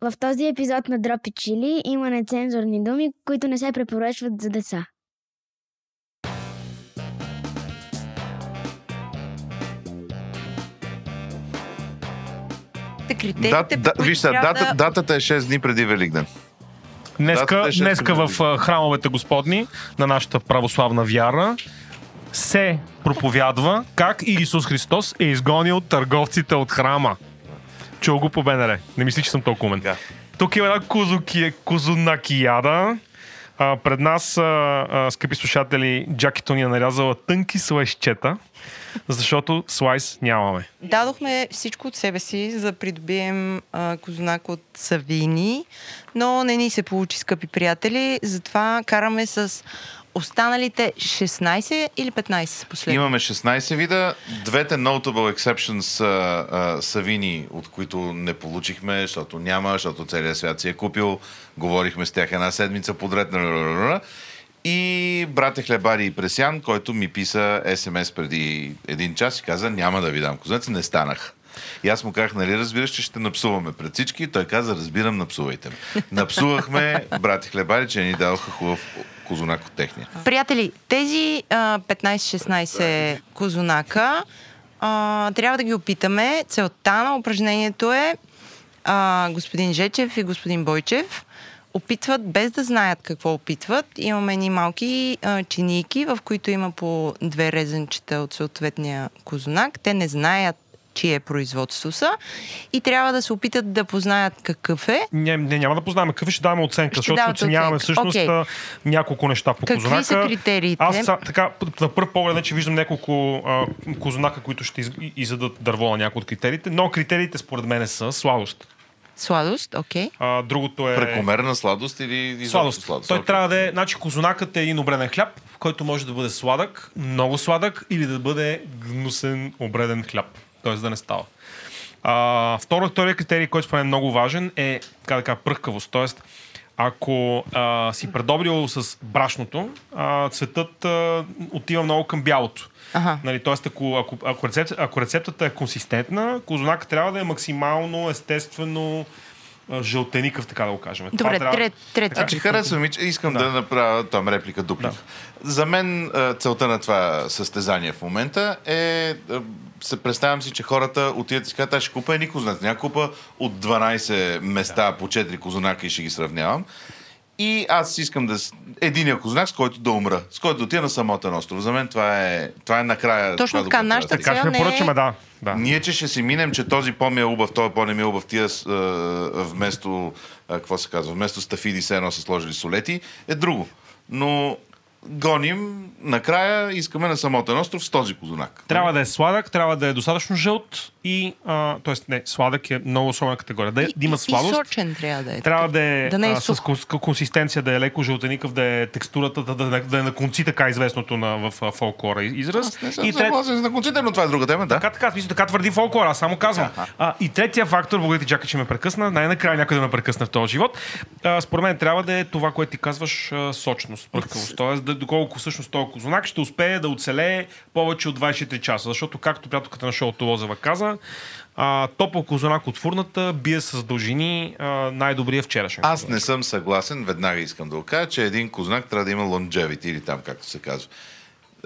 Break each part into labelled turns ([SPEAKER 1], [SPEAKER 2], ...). [SPEAKER 1] В този епизод на Дропи Чили има нецензурни думи, които не се препоръчват за деца.
[SPEAKER 2] Критериите,
[SPEAKER 3] Дат,
[SPEAKER 2] по
[SPEAKER 3] да,
[SPEAKER 2] които
[SPEAKER 3] вижте,
[SPEAKER 2] трябва
[SPEAKER 3] дата,
[SPEAKER 2] да...
[SPEAKER 3] датата е 6 дни преди Великден.
[SPEAKER 4] Днеска,
[SPEAKER 3] Датата е шест
[SPEAKER 4] днеска в
[SPEAKER 3] февруари.
[SPEAKER 4] а, храмовете господни на нашата православна вяра се проповядва как Иисус Христос е изгонил търговците от храма. Чул го по БНР. Не мисли, че съм толкова умен.
[SPEAKER 3] Да.
[SPEAKER 4] Тук има една кузуки, кузунакияда. А, пред нас, а, а, скъпи слушатели, Джакито ни е нарязала тънки слайсчета, защото слайс нямаме.
[SPEAKER 2] Дадохме всичко от себе си, за да придобием а, кознак от Савини, но не ни се получи, скъпи приятели, затова караме с останалите 16 или 15 последни.
[SPEAKER 3] Имаме 16 вида. Двете Notable Exceptions са, а, са вини, от които не получихме, защото няма, защото целият свят си е купил. Говорихме с тях една седмица подред. ля-ля-ля-ля-ля. И брате Хлебари и Пресян, който ми писа СМС преди един час и каза, няма да ви дам кузнец, не станах. И аз му казах, нали разбираш, че ще напсуваме пред всички. И той каза, разбирам, напсувайте ме. Напсувахме брати Хлебари, че ни дадоха хубав козунак от техния.
[SPEAKER 2] Приятели, тези а, 15-16 козунака а, трябва да ги опитаме. Целта на упражнението е а, господин Жечев и господин Бойчев опитват без да знаят какво опитват. Имаме едни малки а, чинийки, в които има по две резенчета от съответния козунак. Те не знаят чие производство са и трябва да се опитат да познаят какъв е.
[SPEAKER 4] Не, не, няма да познаваме какви ще даваме оценка,
[SPEAKER 2] Ще
[SPEAKER 4] защото
[SPEAKER 2] давате
[SPEAKER 4] оценяваме
[SPEAKER 2] оценка.
[SPEAKER 4] всъщност
[SPEAKER 2] Окей.
[SPEAKER 4] okay. няколко неща по
[SPEAKER 2] Какви
[SPEAKER 4] козунака.
[SPEAKER 2] са критериите?
[SPEAKER 4] Аз са, така, п- на първ поглед вече виждам няколко а, козунака, които ще из, и- изядат дърво на някои от критериите, но критериите според мен са сладост.
[SPEAKER 2] Сладост, окей.
[SPEAKER 4] А, другото е...
[SPEAKER 3] Прекомерна сладост или изобщо
[SPEAKER 4] Сладост. сладост. Той
[SPEAKER 3] Окей.
[SPEAKER 4] трябва да е... Значи козунакът е един обреден хляб, който може да бъде сладък, много сладък или да бъде гнусен обреден хляб. Тоест да не става. А, второ, втория критерий, който според мен е много важен, е така да кажа, пръхкавост. Тоест, ако а, си предобрил с брашното, а, цветът а, отива много към бялото.
[SPEAKER 2] Ага.
[SPEAKER 4] Нали, тоест, ако, ако, ако, рецепт, ако рецептата е консистентна, козунак трябва да е максимално естествено а, жълтеникъв, така да го кажем. Това
[SPEAKER 2] Добре,
[SPEAKER 4] трябва...
[SPEAKER 2] трет, трети.
[SPEAKER 3] Значи харесвам и че искам да,
[SPEAKER 4] Да.
[SPEAKER 3] направя там реплика дуплика. За мен а, целта на това състезание в момента е, а, се представям си, че хората отиват и си казват, аз ще купа едни козунаци. Няма купа от 12 места по 4 козунака и ще ги сравнявам. И аз искам да... с- Единия кознак, с който да умра. С който да отида на самотен остров. За мен това е, това е накрая.
[SPEAKER 2] Точно
[SPEAKER 3] това,
[SPEAKER 2] така,
[SPEAKER 3] до което трябва да
[SPEAKER 2] нашата
[SPEAKER 3] стигнем.
[SPEAKER 4] Така ще
[SPEAKER 2] не
[SPEAKER 4] ме
[SPEAKER 2] е-
[SPEAKER 4] поръчаме, да. да.
[SPEAKER 3] Ние, че ще си минем, че този по-ми е убав, този по-не ми е убав, тия с, е, вместо, а, какво се казва, вместо стафиди се едно са сложили солети, е друго. Но гоним, накрая искаме на самотен остров с този козунак.
[SPEAKER 4] Трябва да е сладък, трябва да е достатъчно жълт и... А, тоест, не, сладък е много особена категория. Да, е- да има
[SPEAKER 2] И
[SPEAKER 4] сладост.
[SPEAKER 2] сочен трябва да е.
[SPEAKER 4] Трябва да е,
[SPEAKER 2] Да не е
[SPEAKER 4] а, с
[SPEAKER 2] сух.
[SPEAKER 4] кон- с консистенция, да е леко жълтеникъв, да е текстурата, да, да, да е на конци, така известното на, в а, фолклора из- израз.
[SPEAKER 3] Аз не съм
[SPEAKER 4] И трет,
[SPEAKER 3] съгласен с наконците, но това е друга тема, да.
[SPEAKER 4] Така, така, в смисъл, така твърди фолклор, аз само казвам. А, и третия фактор, благодаря ти, Джака, че ме прекъсна, най-накрая някой да ме прекъсна в този живот. А, според мен трябва да е това, което ти казваш, а, сочност, пръвкавост. Тоест, да, доколко всъщност този козунак ще успее да оцелее повече от 24 часа. Защото, както приятелката на шоуто Лозева каза, а, топъл козунак от фурната бие с дължини а, най-добрия вчерашен.
[SPEAKER 3] Аз не съм съгласен, веднага искам да го кажа, че един кознак трябва да има longevity или там, както се казва.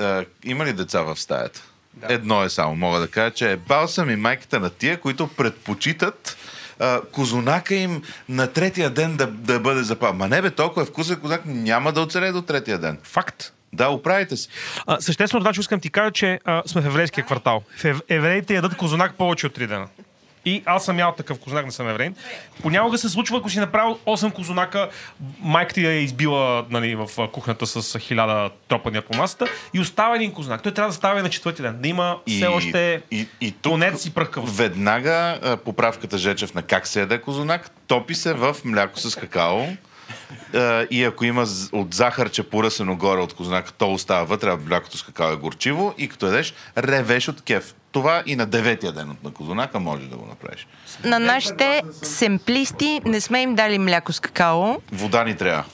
[SPEAKER 3] Е, има ли деца в стаята? Да. Едно е само, мога да кажа, че е бал съм и майката на тия, които предпочитат а, козунака им на третия ден да, да бъде запал. Ма не бе, толкова е вкусен кознак, няма да оцелее до третия ден.
[SPEAKER 4] Факт.
[SPEAKER 3] Да, оправите се.
[SPEAKER 4] А, съществено, значи искам ти кажа, че а, сме в еврейския квартал. В ев- евреите ядат козунак повече от 3 дена. И аз съм ял такъв козунак, не съм евреин. Понякога се случва, ако си направил 8 козунака, майка ти я е избила нали, в а, кухнята с а, 1000 тропания по масата и остава един козунак. Той трябва да става и на четвърти ден. Да има
[SPEAKER 3] И,
[SPEAKER 4] все още
[SPEAKER 3] и, и тук
[SPEAKER 4] тунец и пръхкавост.
[SPEAKER 3] веднага а, поправката Жечев на как се яде козунак, топи се в мляко с какао. А, и ако има з- от захарче поръсено горе от козунака, то остава вътре, а млякото с какао е горчиво и като ядеш, ревеш от кеф. Това и на деветия ден от на козунака можеш да го направиш.
[SPEAKER 2] На нашите семплисти не сме им дали мляко с какао.
[SPEAKER 3] Вода ни трябва.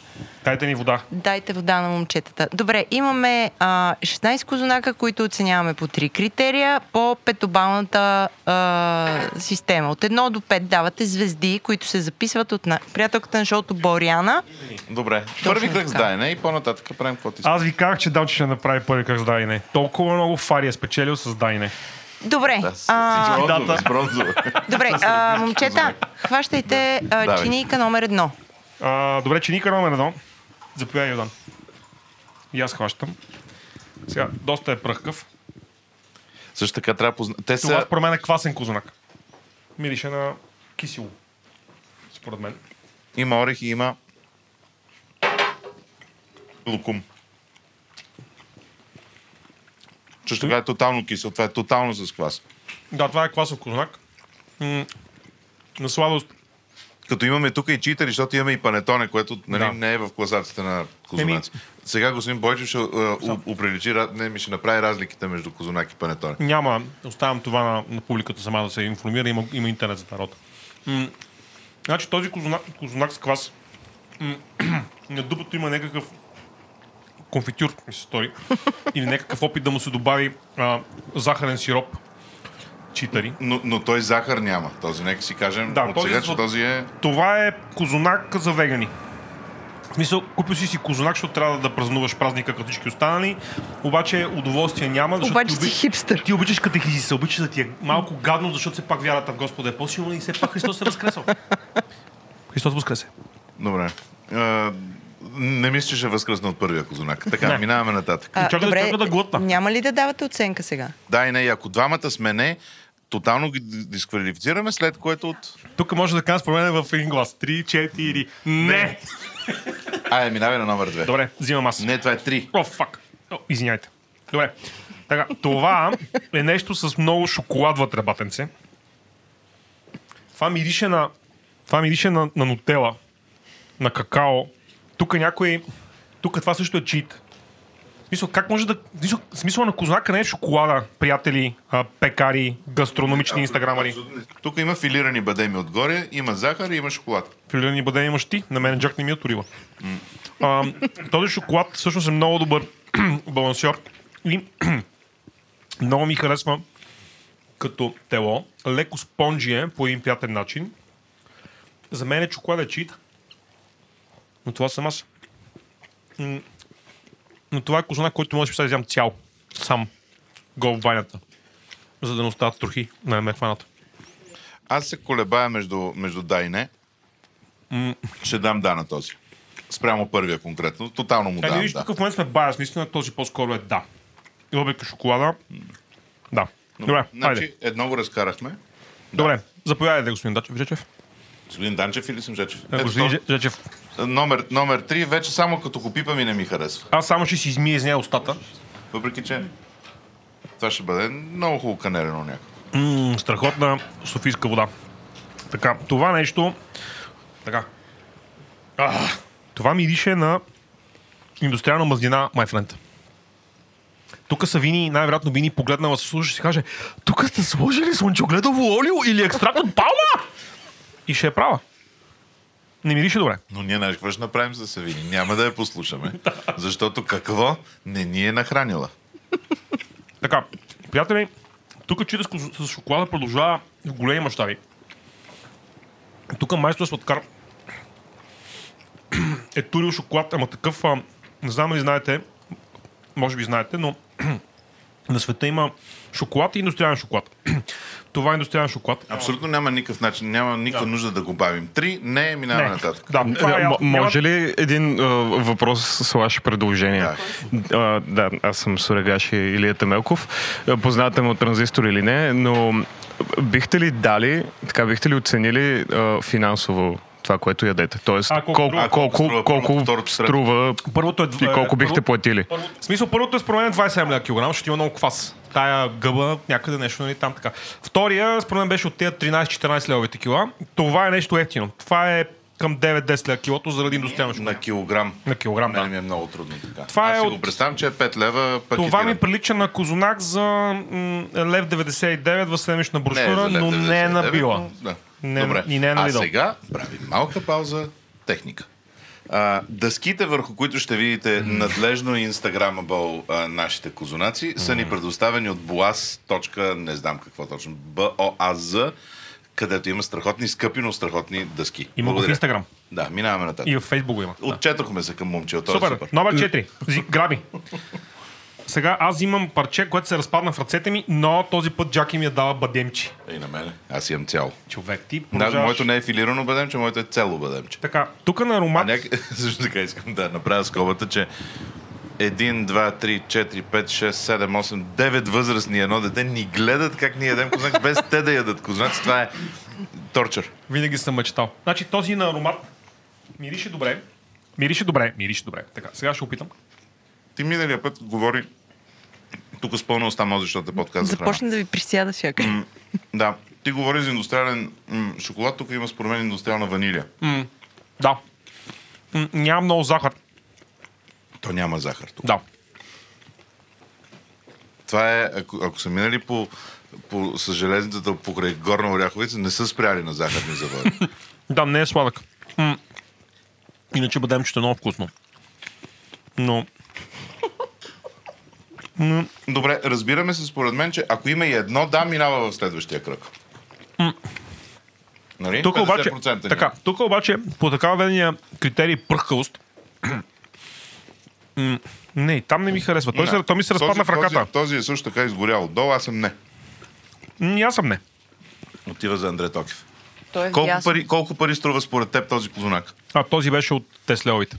[SPEAKER 4] Дайте ни вода.
[SPEAKER 2] Дайте вода на момчетата. Добре, имаме а, 16 козунака, които оценяваме по 3 критерия по петобалната а, система. От 1 до 5 давате звезди, които се записват от на... приятелката на шоуто Боряна.
[SPEAKER 3] Добре. Първи кръг с
[SPEAKER 2] така.
[SPEAKER 3] дайне и по-нататък правим каквото искаме.
[SPEAKER 4] Аз ви казах, че Далче ще направи първи кръг с Дайне. Толкова много фари е спечелил с Дайне.
[SPEAKER 2] Добре,
[SPEAKER 3] Да, с-
[SPEAKER 2] а,
[SPEAKER 3] с бронзово,
[SPEAKER 4] Дата.
[SPEAKER 3] с бронзово.
[SPEAKER 2] добре а, момчета, хващайте а,
[SPEAKER 3] Давай.
[SPEAKER 2] чинийка номер едно.
[SPEAKER 4] А, добре, чиника номер едно. Заповядай, Йодан. И аз хващам. Сега, доста е пръхкав.
[SPEAKER 3] Също така трябва да позна... Те
[SPEAKER 4] Това
[SPEAKER 3] са...
[SPEAKER 4] според мен е квасен козунак. Мирише на кисело. Според мен.
[SPEAKER 3] Има орех и има... Лукум. Също така е тотално кисел. Това е тотално с квас.
[SPEAKER 4] Да, това е квасен козунак. М- на слабост.
[SPEAKER 3] Като имаме тук и читери, защото имаме и панетоне, което нали,
[SPEAKER 4] Да.
[SPEAKER 3] не е в класацията на козунаци. Сега господин Бойчев ще а, у- оприличи, раз- не, ми ще направи разликите между козунак и панетоне.
[SPEAKER 4] Няма. Оставям това на, на публиката сама да се информира. Има, има интернет за народа. М, Значи този козунак, козунак с квас. м, на дупото има някакъв конфитюр, ми се стори. Или някакъв опит да му се добави а, захарен сироп. Читари.
[SPEAKER 3] Но, но той захар няма. Този, нека си кажем
[SPEAKER 4] Да,
[SPEAKER 3] да, от
[SPEAKER 4] този
[SPEAKER 3] сега,
[SPEAKER 4] е
[SPEAKER 3] че
[SPEAKER 4] от-
[SPEAKER 3] този е...
[SPEAKER 4] Това е козунак за вегани. В смисъл, купил си си козунак, защото трябва да празнуваш празника като всички останали, обаче удоволствие няма, защото
[SPEAKER 2] Обаче
[SPEAKER 4] ти,
[SPEAKER 2] си
[SPEAKER 4] обич...
[SPEAKER 2] хипстър.
[SPEAKER 4] ти обичаш катехизиса, обичаш да ти е малко гадно, защото все пак вярата в Господа е по-силна и все пак Христос е възкресал. Христос възкресе.
[SPEAKER 3] Добре. А, не мисля, че ще възкръсна от първия козунак. Така,
[SPEAKER 4] Не.
[SPEAKER 3] минаваме нататък.
[SPEAKER 4] чакай да- чакай да глътна.
[SPEAKER 2] Няма ли да давате оценка сега?
[SPEAKER 3] Да и не, и ако двамата сме не, тотално ги д- дисквалифицираме, след което от...
[SPEAKER 4] Тук може да кажа според мен в един глас. Три, четири. Не!
[SPEAKER 3] Айде, минаваме на номер две.
[SPEAKER 4] Добре, взимам аз.
[SPEAKER 3] Не, това е три.
[SPEAKER 4] О, фак. О, Oh, извиняйте. Добре. Така, това е нещо с много шоколад вътре, батенце. Това мирише на... Това мирише на, на нутела. На какао. Тук някой... Тук това също е чит. В Смисъл, как може да... в Смисъл, смисъл на кознака не е в шоколада, приятели, а, пекари, гастрономични инстаграмари.
[SPEAKER 3] Тук има филирани бадеми отгоре, има захар и има шоколад.
[SPEAKER 4] Филирани бъде имаш ти, на мен Джак не ми е турила. А, този шоколад всъщност е много добър балансьор и много ми харесва като тело. Леко спонжи е по един приятен начин. За мен е шоколад е чит, но това съм аз. М, Но това е козунак, който може да си взема цял, сам, гол в банята, за да не остават трохи на ме хваната.
[SPEAKER 3] Аз се колебая между, между да и не. Ще дам да на този. Спрямо първия конкретно. Тотално му
[SPEAKER 4] Да, Е, не
[SPEAKER 3] давам
[SPEAKER 4] Ами, виж,
[SPEAKER 3] да.
[SPEAKER 4] тук в момента сме баяс. Наистина този по-скоро е да. И Въпреки шоколада. Да. Добре, хайде.
[SPEAKER 3] Значи, едно го разкарахме.
[SPEAKER 4] Добре, заповядайте, господин Дачев. Жечев.
[SPEAKER 3] Господин Данчев или съм Жечев?
[SPEAKER 4] Е,
[SPEAKER 3] Ето
[SPEAKER 4] господин
[SPEAKER 3] този-
[SPEAKER 4] Же- Жечев.
[SPEAKER 3] Номер, номер 3 вече само като го пипам и не ми харесва.
[SPEAKER 4] Аз само ще си измия из нея устата.
[SPEAKER 3] Въпреки, че това ще бъде много хубаво канерено някакво.
[SPEAKER 4] М, страхотна софийска вода. Така, това нещо... Така. А, това мирише на индустриална мазнина, my friend. Тук са вини, най-вероятно вини погледнала се слуша и си каже Тук сте сложили слънчогледово олио или екстракт от палма? И ще е права. Не мирише добре.
[SPEAKER 3] Но ние знаеш какво ще направим за Савини. Няма да я послушаме. защото какво не ни е нахранила.
[SPEAKER 4] Така, приятели, тук чита с, коз- с шоколада продължава в големи мащаби. Тук майстор сладкар е турил шоколад, ама такъв, а, не знам ли знаете, може би знаете, но на света има шоколад и индустриален шоколад. Това е индустриален шоколад.
[SPEAKER 3] Абсолютно няма никакъв начин, няма никаква нужда да го бавим. Три, не, минаваме
[SPEAKER 4] Не.
[SPEAKER 3] нататък.
[SPEAKER 4] Да, това е,
[SPEAKER 5] М-
[SPEAKER 4] ясно.
[SPEAKER 5] Може ли един а, въпрос с ваше предложение? А, да, аз съм Сурегаши Илия Темелков. А, Познавате ме от транзистор или не, но бихте ли дали, така бихте ли оценили а, финансово това, което ядете? Тоест,
[SPEAKER 4] А, колко струва?
[SPEAKER 5] колко,
[SPEAKER 3] Колко
[SPEAKER 5] колко,
[SPEAKER 3] струва
[SPEAKER 5] колко,
[SPEAKER 3] първото,
[SPEAKER 5] колко
[SPEAKER 3] второто, средно?
[SPEAKER 5] струва
[SPEAKER 4] Първото е
[SPEAKER 5] и
[SPEAKER 4] дв-
[SPEAKER 5] колко
[SPEAKER 4] е,
[SPEAKER 5] бихте
[SPEAKER 4] първо-
[SPEAKER 5] платили?
[SPEAKER 4] В смисъл, първото е според мен 27 ля килограм, защото има много квас. Тая гъба, някъде нещо, нали, там така. Втория, според мен беше от тези 13-14 левовите кила. Това е нещо ефтино. Това е към 9-10 ля килото заради индустриално шоколад.
[SPEAKER 3] На килограм.
[SPEAKER 4] На килограм,
[SPEAKER 3] Не,
[SPEAKER 4] да.
[SPEAKER 3] ми е много трудно така.
[SPEAKER 4] Това
[SPEAKER 3] Аз
[SPEAKER 4] е
[SPEAKER 3] си
[SPEAKER 4] от-
[SPEAKER 3] го представям, че е 5 лева пакетиран.
[SPEAKER 4] Това ми прилича на козунак за м, лев 99 в седмична
[SPEAKER 3] Не е за
[SPEAKER 4] брошура,
[SPEAKER 3] лев
[SPEAKER 4] но не
[SPEAKER 3] 99,
[SPEAKER 4] е набила.
[SPEAKER 3] но Да.
[SPEAKER 4] Не-
[SPEAKER 3] Добре.
[SPEAKER 4] и не е на
[SPEAKER 3] а
[SPEAKER 4] Lidl.
[SPEAKER 3] сега правим малка пауза. Техника. А, дъските, върху които ще видите надлежно и инстаграмабъл а, нашите козунаци, са ни предоставени от boaz. точка, не знам какво точно, Б-О-А-З, където има страхотни, скъпи, но страхотни дъски.
[SPEAKER 4] Има го в
[SPEAKER 3] Благодаря.
[SPEAKER 4] Инстаграм.
[SPEAKER 3] Да, минаваме нататък.
[SPEAKER 4] И в Фейсбук го има.
[SPEAKER 3] Отчетохме се към момче, от
[SPEAKER 4] Супер.
[SPEAKER 3] е супер. супер.
[SPEAKER 4] Номер 4. Зи, граби. Сега аз имам парче, което се разпадна в ръцете ми, но този път Джаки ми я дава бадемчи.
[SPEAKER 3] И на мене. Аз имам цяло.
[SPEAKER 4] Човек, ти
[SPEAKER 3] Да,
[SPEAKER 4] продължаваш.
[SPEAKER 3] моето не е филирано бадемче, моето е цело бадемче.
[SPEAKER 4] Така, тук на Роман...
[SPEAKER 3] Няк... Също така искам да направя скобата, че 1, 2, 3, 4, 5, 6, 7, 8, 9 възрастни и едно дете ни гледат как ние ядем кознак, без те да ядат кознак. Това е торчър.
[SPEAKER 4] Винаги съм мечтал. Значи този на аромат мирише добре. Мирише добре, мирише добре. Така, сега ще опитам.
[SPEAKER 3] Ти миналия път говори тук с пълна уста може, защото те подкаст за храна.
[SPEAKER 2] Започна да ви присяда всякъде.
[SPEAKER 3] М, Да, ти говори за индустриален м, шоколад, тук има според мен индустриална ванилия.
[SPEAKER 4] Да. М, Няма много захар.
[SPEAKER 3] То няма захар тук.
[SPEAKER 4] Да.
[SPEAKER 3] Това е, ако, ако са минали по, по, с железницата покрай Горна Оряховица, не са спряли на захарни заводи.
[SPEAKER 4] Да, не е сладък. М. Иначе бадемчето е много вкусно. Но
[SPEAKER 3] Добре, разбираме се според мен, че ако има и едно, да, минава в следващия кръг. Нали?
[SPEAKER 4] тук обаче,
[SPEAKER 3] 50% ни е.
[SPEAKER 4] така, тук обаче по така ведения критерий пръхкавост, м, не, там не ми харесва. Той, се,
[SPEAKER 3] Не.
[SPEAKER 4] той ми се разпадна в ръката.
[SPEAKER 3] Този, този е също така изгорял отдолу, аз съм не.
[SPEAKER 4] М, Аз съм не.
[SPEAKER 3] Отива за Андре Токев.
[SPEAKER 2] Той е
[SPEAKER 3] Колко
[SPEAKER 2] вдясно.
[SPEAKER 3] пари, колко пари струва според теб този козунак?
[SPEAKER 4] А този беше от Теслеовите.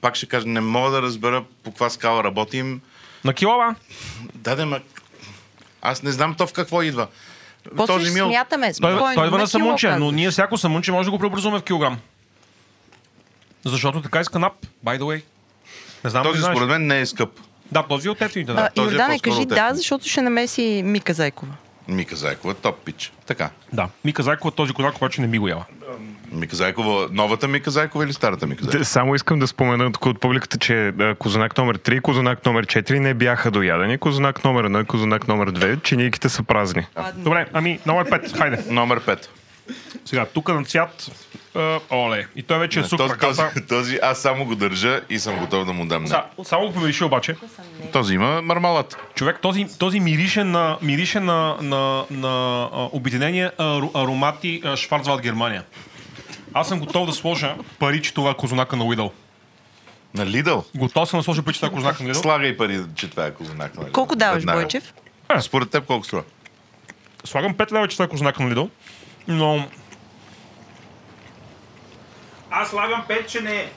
[SPEAKER 3] Пак ще кажа, не мога да разбера по каква скала работим.
[SPEAKER 4] На килова?
[SPEAKER 3] Даде, ма... Аз не знам то в какво идва.
[SPEAKER 2] После ще смятаме.
[SPEAKER 3] е
[SPEAKER 4] Той,
[SPEAKER 2] Спокойно,
[SPEAKER 4] той идва
[SPEAKER 2] има
[SPEAKER 4] на самунче,
[SPEAKER 2] кило,
[SPEAKER 4] но
[SPEAKER 2] казваш.
[SPEAKER 4] ние всяко самунче може да го преобразуваме в килограм. Защото така иска нап, by the way. Не знам дали
[SPEAKER 3] Този
[SPEAKER 4] Ами, знаеш.
[SPEAKER 3] според мен не е скъп.
[SPEAKER 4] Да, този е от ефтините, да.
[SPEAKER 2] А,
[SPEAKER 3] този е
[SPEAKER 2] Йордане,
[SPEAKER 3] по-скоро
[SPEAKER 2] кажи
[SPEAKER 3] от теб.
[SPEAKER 2] да, защото ще намеси Мика Зайкова.
[SPEAKER 3] Мика Зайкова, топ пич. Така.
[SPEAKER 4] Да. Мика Зайкова този козак обаче не ми го ява.
[SPEAKER 3] Мика Зайкова, новата Мика Зайкова или старата Мика Зайкова?
[SPEAKER 5] Те- Само искам да спомена тук от публиката, че а, козунак номер 3 и козунак номер 4 не бяха доядени. Козунак номер 1 и козунак номер 2, чинийките са празни.
[SPEAKER 4] Добре, ами номер 5, хайде.
[SPEAKER 3] Номер 5.
[SPEAKER 4] Сега, тук на цвят, а, оле. И той вече е сух в
[SPEAKER 3] Този, този,
[SPEAKER 4] ръката.
[SPEAKER 3] този, аз само го държа и съм готов да му дам.
[SPEAKER 4] Да, само го помириши обаче.
[SPEAKER 3] Този има мармалат.
[SPEAKER 4] Човек, този, този мирише на, мирише на, на, на а, обединение а, аромати а, Шварцвалд Германия. Аз съм готов да сложа паричето на е козунака на Уидъл.
[SPEAKER 3] На Лидъл.
[SPEAKER 4] Готов съм да сложа паричето на козунака на Уидъл.
[SPEAKER 3] Слагай пари, че това е козунак. на Lidl.
[SPEAKER 2] Колко даваш,
[SPEAKER 3] Веднага.
[SPEAKER 2] Бойчев?
[SPEAKER 3] Според теб колко струва?
[SPEAKER 4] Слагам 5 лева, че това е кознак на Лидъл, но...
[SPEAKER 6] Аз слагам пет, че не е.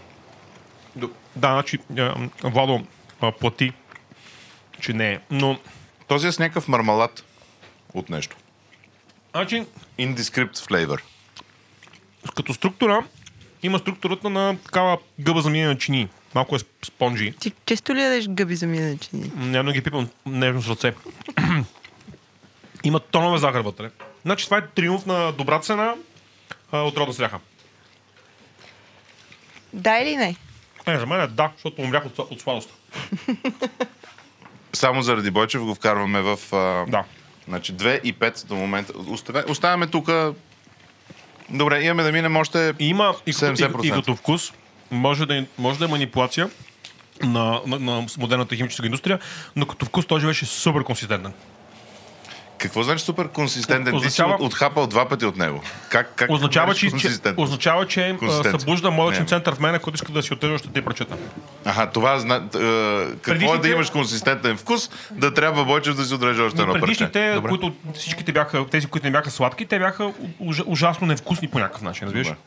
[SPEAKER 4] Да, значи, е, Владо е, плати, че не е. Но,
[SPEAKER 3] Този е с някакъв мармалат от нещо.
[SPEAKER 4] значи,
[SPEAKER 3] Indescript flavor.
[SPEAKER 4] като структура, има структурата на такава гъба за миене на чини. Малко е сп- спонжи.
[SPEAKER 2] Ти често ли ядеш гъби за миначини?
[SPEAKER 4] Няма да ги пипам нежно с ръце. има тонове захар вътре. Значи, това е триумф на добра цена а, от рода сряха.
[SPEAKER 2] Да или не?
[SPEAKER 4] Е, за мен е да, защото умрях от, от сладост.
[SPEAKER 3] Само заради Бойчев го вкарваме в... А...
[SPEAKER 4] Да.
[SPEAKER 3] Значи 2 и 5 до момента. Оставя- Оставяме тук... Добре, имаме да минем още...
[SPEAKER 4] И Има и като, и, и
[SPEAKER 3] 70%.
[SPEAKER 4] като вкус, може да, е- може да е манипулация на, на, на модерната химическа индустрия, но като вкус той беше супер консистентен.
[SPEAKER 3] Какво значи супер консистентен? Ти си
[SPEAKER 4] Означава-
[SPEAKER 3] от- отхапал два пъти от него. Как, как
[SPEAKER 4] Означава,
[SPEAKER 3] говориш
[SPEAKER 4] че, че,
[SPEAKER 3] консистентно?
[SPEAKER 4] означава, че а,
[SPEAKER 3] Консистенция.
[SPEAKER 4] събужда мозъчен
[SPEAKER 3] Не.
[SPEAKER 4] център в мен, който иска да си отъжа, ще ти прочета.
[SPEAKER 3] Аха, това зна... т- е, какво е да
[SPEAKER 4] Предишните-
[SPEAKER 3] имаш консистентен вкус, да трябва Бойчев да си отреже още едно парче.
[SPEAKER 4] Предишните, които всичките бяха, тези, които не бяха сладки, те бяха ужа, ужасно невкусни по някакъв начин, разбираш?
[SPEAKER 3] Добре.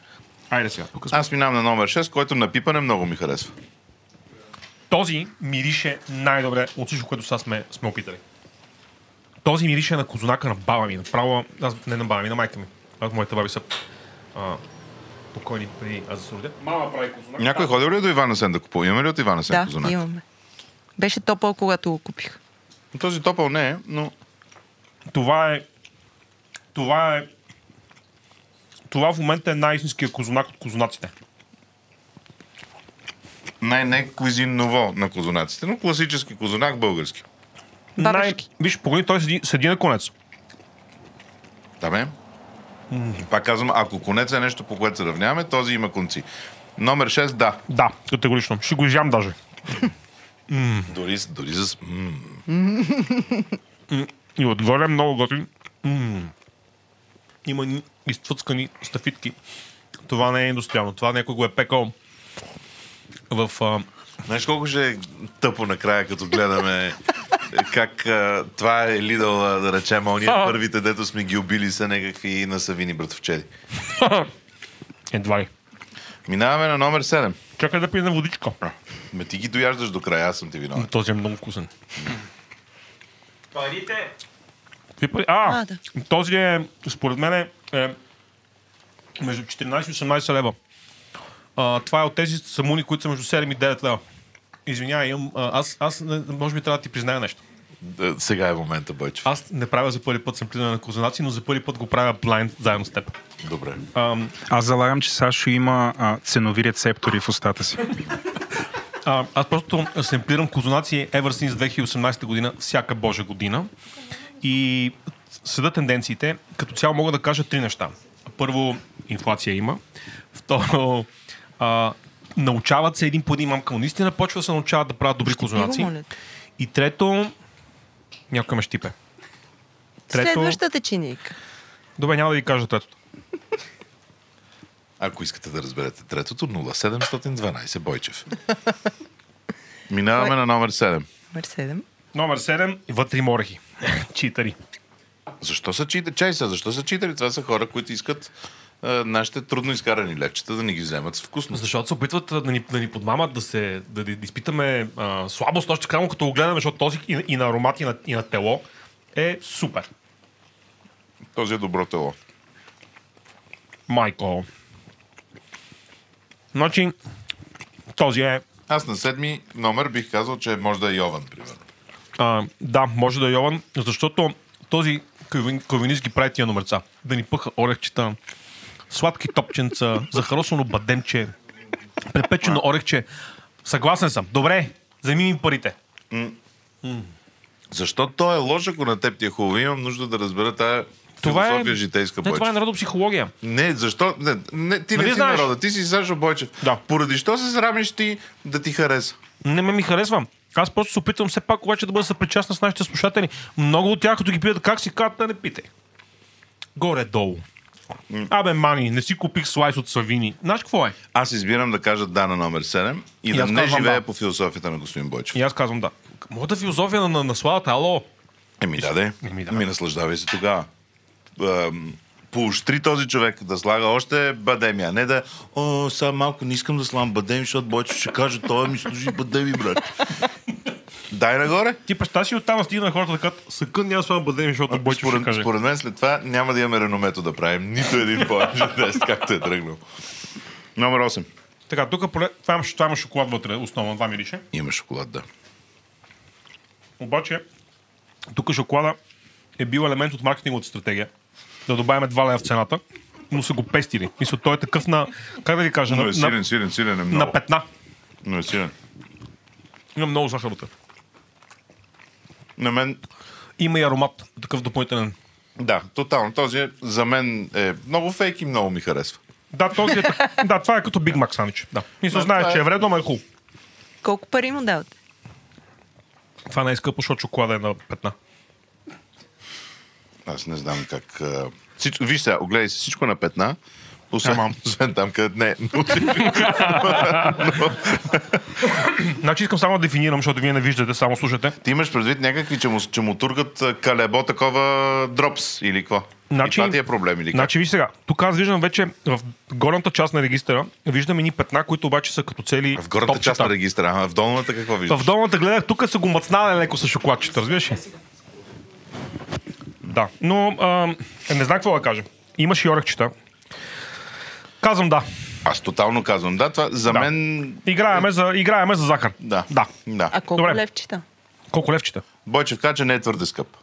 [SPEAKER 4] Айде сега, тук сме.
[SPEAKER 3] Аз минавам на номер 6, който на пипане много ми харесва.
[SPEAKER 4] Този мирише най-добре от всичко, което сега сме, сме опитали. Този мирише е на козунака на баба ми. Направо, аз не на баба ми, на майка ми. Аз моите баби са а, покойни преди аз да се родя. Мама прави козунак.
[SPEAKER 3] Някой ходил ли до Ивана Сен да купува? Имаме ли от Ивана Сен
[SPEAKER 2] Да,
[SPEAKER 3] козунак?
[SPEAKER 2] имаме. Беше топъл, когато го купих.
[SPEAKER 3] Този топъл не е, но
[SPEAKER 4] Това е... Това е... Това в момента е най-истинския козунак от козунаците.
[SPEAKER 3] най-не е кузин ново на козунаците, но класически козунак български.
[SPEAKER 2] Бабешки.
[SPEAKER 4] Виж, погледни, той седи, седи на конец.
[SPEAKER 3] Там е. Пак казвам, ако конец е нещо, по което се равняваме, този има конци. Номер 6, да.
[SPEAKER 4] Да, категорично. Ще го изям даже.
[SPEAKER 3] Дори, с- дори с... м,
[SPEAKER 4] И отгоре много готин. М. Има ни изцъцкани стафитки. Това не е индустриално. Това някой го е пекал в... А...
[SPEAKER 3] Знаеш колко ще е тъпо накрая, като гледаме как а, това е Лидъл, а, да речем, а
[SPEAKER 4] А.
[SPEAKER 3] ония първите, дето сме ги убили, са някакви на Савини братовчеди.
[SPEAKER 4] Едва ли.
[SPEAKER 3] Минаваме на номер 7.
[SPEAKER 4] Чакай да пием водичка.
[SPEAKER 3] Ме ти ги дояждаш до края, аз съм ти виновен.
[SPEAKER 4] Този е много вкусен.
[SPEAKER 6] Парите.
[SPEAKER 4] Какви пари? А,
[SPEAKER 2] А, да.
[SPEAKER 4] този е, според мен, е, е между 14 и 18 лева. А, това е от тези самуни, които са между 7 и 9 лева. Извинявай, имам, а, аз, аз не- може би трябва да ти призная нещо.
[SPEAKER 3] Д- Сега е момента, Бойчев.
[SPEAKER 4] Аз не правя за първи път семплиране на козунаци, но за първи път го правя blind заедно с теб.
[SPEAKER 3] Добре.
[SPEAKER 4] Ам,
[SPEAKER 7] Аз залагам, че Сашо има а, ценови рецептори в устата си.
[SPEAKER 4] А, аз просто семплирам козунаци ever since 2018 година, всяка божа година. И следа тенденциите. Като цяло мога да кажа три неща. Първо, инфлация има. Второ, а, научават се един по един мамка, но наистина почва да се научават да правят добри козунаци.
[SPEAKER 2] моля.
[SPEAKER 4] И трето, някой ме щипе. Трето,
[SPEAKER 2] Следващата чиника.
[SPEAKER 4] добре, няма да ви кажа третото.
[SPEAKER 3] Ако искате да разберете третото, 0712 Бойчев. Минаваме на номер 7.
[SPEAKER 2] Номер 7.
[SPEAKER 4] Номер 7, вътре има орехи. Читари.
[SPEAKER 3] Защо са читали? Чай сега, защо са читали? Това са хора, които искат а, нашите трудно изкарани левчета да ни ги вземат с вкусно.
[SPEAKER 4] Защото се опитват а, да ни, да ни подмамат, да, се, да, да изпитаме а, слабост, още само като го гледаме, защото този и, на- и на аромат, и на, и на тело е супер.
[SPEAKER 3] Този е добро тело.
[SPEAKER 4] Майко. Значи, този е...
[SPEAKER 3] Аз на седми номер бих казал, че може да е Йован, примерно.
[SPEAKER 4] А, да, може да е Йован, защото този калвин- калвинист ги прави тия номерца. Да ни пъха орехчета, сладки топченца, захаросано бадемче, препечено орехче. Съгласен съм. Добре, вземи ми парите.
[SPEAKER 3] Защо той е лош, ако на теб ти е хубаво? Имам нужда да разбера тая
[SPEAKER 4] Това е,
[SPEAKER 3] философия житейска
[SPEAKER 4] не,
[SPEAKER 3] Бойчев.
[SPEAKER 4] това е народопсихология.
[SPEAKER 3] Не, защо? Не, не ти
[SPEAKER 4] Нали
[SPEAKER 3] не си
[SPEAKER 4] знаеш?
[SPEAKER 3] народа, ти си Сашо Бойчев.
[SPEAKER 4] Да.
[SPEAKER 3] Поради що се срамиш ти да ти хареса?
[SPEAKER 4] Не ме ми харесва. Аз просто се опитвам все пак обаче да бъда съпричастен с нашите слушатели. Много от тях, като ги питат как си казват, да не питай. Горе-долу. Абе, мани, не си купих слайс от Савини. Знаеш какво е?
[SPEAKER 3] Аз избирам да кажа да на номер 7 и,
[SPEAKER 4] И
[SPEAKER 3] да
[SPEAKER 4] аз
[SPEAKER 3] не
[SPEAKER 4] казвам
[SPEAKER 3] живея
[SPEAKER 4] да.
[SPEAKER 3] по философията на господин Бойчев.
[SPEAKER 4] И аз казвам да. Мога да филозофия на, на, на сладата, ало.
[SPEAKER 3] Еми да, де.
[SPEAKER 4] Еми, ами
[SPEAKER 3] Еми,
[SPEAKER 4] да.
[SPEAKER 3] да. Ми наслаждавай се тогава. Ам, Поощри този човек да слага още бадеми, а не да О, сега малко не искам да слам бадеми, защото Бойчев ще каже, той ми служи бадеми, брат. Дай нагоре.
[SPEAKER 4] Ти представи си оттам стигна хората да кажат, съкън няма слава бъдем, защото бойче ще
[SPEAKER 3] Според,
[SPEAKER 4] каже.
[SPEAKER 3] според мен след това няма да имаме реномето да правим нито един повече тест, както е тръгнал. Номер 8.
[SPEAKER 4] Така, тук поле... това, има, това има шоколад вътре, основно, това мирише.
[SPEAKER 3] Има шоколад, да.
[SPEAKER 4] Обаче, тук шоколада е бил елемент от маркетинговата стратегия. Да добавим 2 лева в цената, но са го пестили. Мисля, той е такъв на, как да ви кажа,
[SPEAKER 3] Но
[SPEAKER 4] на,
[SPEAKER 3] е
[SPEAKER 4] на,
[SPEAKER 3] силен, силен, силен е
[SPEAKER 4] на
[SPEAKER 3] много.
[SPEAKER 4] петна.
[SPEAKER 3] Но е силен.
[SPEAKER 4] Има много захар вътре.
[SPEAKER 3] На мен
[SPEAKER 4] Има и аромат, такъв допълнителен.
[SPEAKER 3] Да, тотално. Този е, за мен е много фейк и много ми харесва.
[SPEAKER 4] Да, този е, так- да, това е като Биг Мак сандвич. Да. Мисля,
[SPEAKER 3] Да,
[SPEAKER 4] знаеш,
[SPEAKER 3] това е.
[SPEAKER 4] че е вредно, но е хубаво.
[SPEAKER 2] Колко пари му дават?
[SPEAKER 4] Това не е скъпо, защото шоколада е на петна.
[SPEAKER 3] Аз не знам как... а, Всичко, виж сега, огледай се всичко е на петна, освен, освен там, където не е. Но,
[SPEAKER 4] Значи искам само да дефинирам, защото вие не виждате, само слушате.
[SPEAKER 3] ти имаш предвид някакви, че му, че му туркат а, калебо такова дропс или какво?
[SPEAKER 4] Значи-
[SPEAKER 3] и това ти е проблем или как?
[SPEAKER 4] Значи виж сега, тук аз виждам вече в горната част на регистъра, виждам едни петна, които обаче са като цели
[SPEAKER 3] В горната
[SPEAKER 4] топчета.
[SPEAKER 3] част на регистъра, а в долната какво виждаш?
[SPEAKER 4] В долната гледах, тук са го мацнали леко с шоколадчета, разбираш ли? Да, но а, е, не знам какво да кажа. Имаш и орехчета. Казвам да.
[SPEAKER 3] Аз тотално казвам, да, това за
[SPEAKER 4] Да.
[SPEAKER 3] мен...
[SPEAKER 4] Играеме за, играеме за захар.
[SPEAKER 3] Да.
[SPEAKER 4] да.
[SPEAKER 3] да.
[SPEAKER 2] А колко
[SPEAKER 4] Добре.
[SPEAKER 2] левчета?
[SPEAKER 4] Колко левчета?
[SPEAKER 3] Бойчев каза, че не е твърде скъп.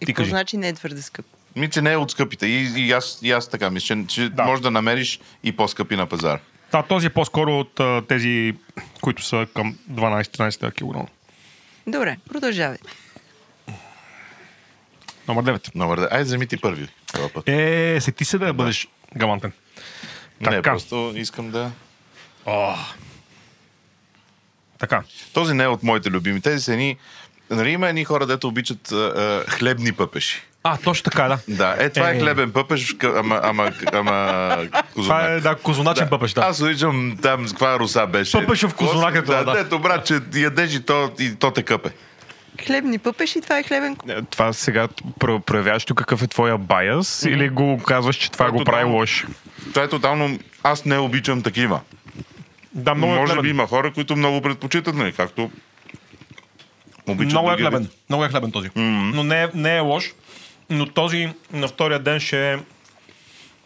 [SPEAKER 2] И
[SPEAKER 4] Ти
[SPEAKER 2] какво
[SPEAKER 4] кажи.
[SPEAKER 2] значи не е твърде скъп?
[SPEAKER 3] Ми, че не е от скъпите. И, и, аз, и аз така мисля, че, че да. можеш да намериш и по-скъпи на пазара.
[SPEAKER 4] Да, този е по-скоро от а, тези, които са към 12-13 кг.
[SPEAKER 2] Добре, продължавайте.
[SPEAKER 4] Номер 9.
[SPEAKER 3] Номер да. Айде, вземи ти първи. този път.
[SPEAKER 4] Е, сети се да бъдеш гамантен.
[SPEAKER 3] Не,
[SPEAKER 4] Така.
[SPEAKER 3] просто искам да...
[SPEAKER 8] О! Така.
[SPEAKER 3] Този не е от моите любими. Тези са едни... Нали има едни хора, дето обичат а, а, хлебни пъпеши.
[SPEAKER 8] А, точно така, да.
[SPEAKER 3] Да, е, това е,
[SPEAKER 8] Е.
[SPEAKER 3] хлебен пъпеш, къ- ама, ама, ама
[SPEAKER 4] Това
[SPEAKER 3] козунак.
[SPEAKER 4] е, да, козуначен пъпеш, да.
[SPEAKER 3] Аз обичам там, каква руса беше.
[SPEAKER 4] Пъпешов козунак е това,
[SPEAKER 3] Да,
[SPEAKER 4] да.
[SPEAKER 3] дето, брат, че ядеш и то, и то те къпе.
[SPEAKER 2] Хлебни пъпеш и това е хлебен
[SPEAKER 5] Е, Това сега про- проявяваш тук какъв е твоя баяс или го казваш, че това
[SPEAKER 3] Който
[SPEAKER 5] го прави
[SPEAKER 3] да.
[SPEAKER 5] лошо?
[SPEAKER 3] Това е тотално... Аз не обичам такива.
[SPEAKER 4] Да, много е
[SPEAKER 3] Може би
[SPEAKER 4] хлебен.
[SPEAKER 3] има хора, които много предпочитат, нали, както обичат
[SPEAKER 4] Много е
[SPEAKER 3] другия
[SPEAKER 4] хлебен.
[SPEAKER 3] вид.
[SPEAKER 4] Много е хлебен този. Но не, е- не е лош. Но този на втория ден ще е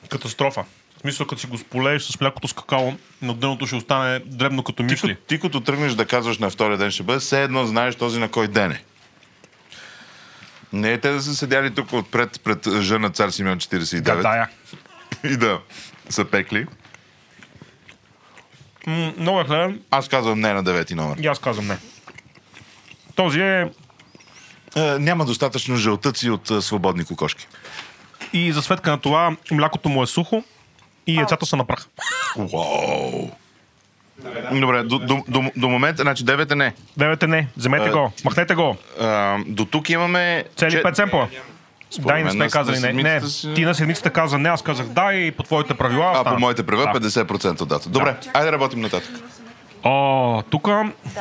[SPEAKER 4] катастрофа. В смисъл, като си го сполееш с млякото с какао, на дъното ще остане дребно като мюсли.
[SPEAKER 3] Ти, ти като тръгнеш да казваш на втория ден ще бъде, все едно знаеш този на кой ден е. Не е те да са седяли тук отпред пред жена цар Симеон 49
[SPEAKER 4] Гадая.
[SPEAKER 3] и да са пекли.
[SPEAKER 4] М, много е хлебен.
[SPEAKER 3] Аз казвам не на девети номер.
[SPEAKER 4] И аз казвам не. Този е
[SPEAKER 3] Е, няма достатъчно жълтъци от е, свободни кокошки.
[SPEAKER 4] и за сметка на това млякото му е сухо и яйцата са на прах.
[SPEAKER 3] Уау! Добре, до, до, до, до момента, значи 9 е не.
[SPEAKER 4] Девете не, вземете
[SPEAKER 3] Е.
[SPEAKER 4] го, махнете го.
[SPEAKER 3] А, до тук имаме...
[SPEAKER 4] Цели
[SPEAKER 3] че-
[SPEAKER 4] пет семпла. Дай не
[SPEAKER 3] мен на-
[SPEAKER 4] сме казали
[SPEAKER 3] на
[SPEAKER 4] не. Не,
[SPEAKER 3] седмицата си-
[SPEAKER 4] ти на седмицата каза не, аз казах да и по твоите правила.
[SPEAKER 3] А
[SPEAKER 4] стана.
[SPEAKER 3] по моите правила
[SPEAKER 4] Да.
[SPEAKER 3] 50% от дата. Добре, айде работим нататък.
[SPEAKER 4] О, тук,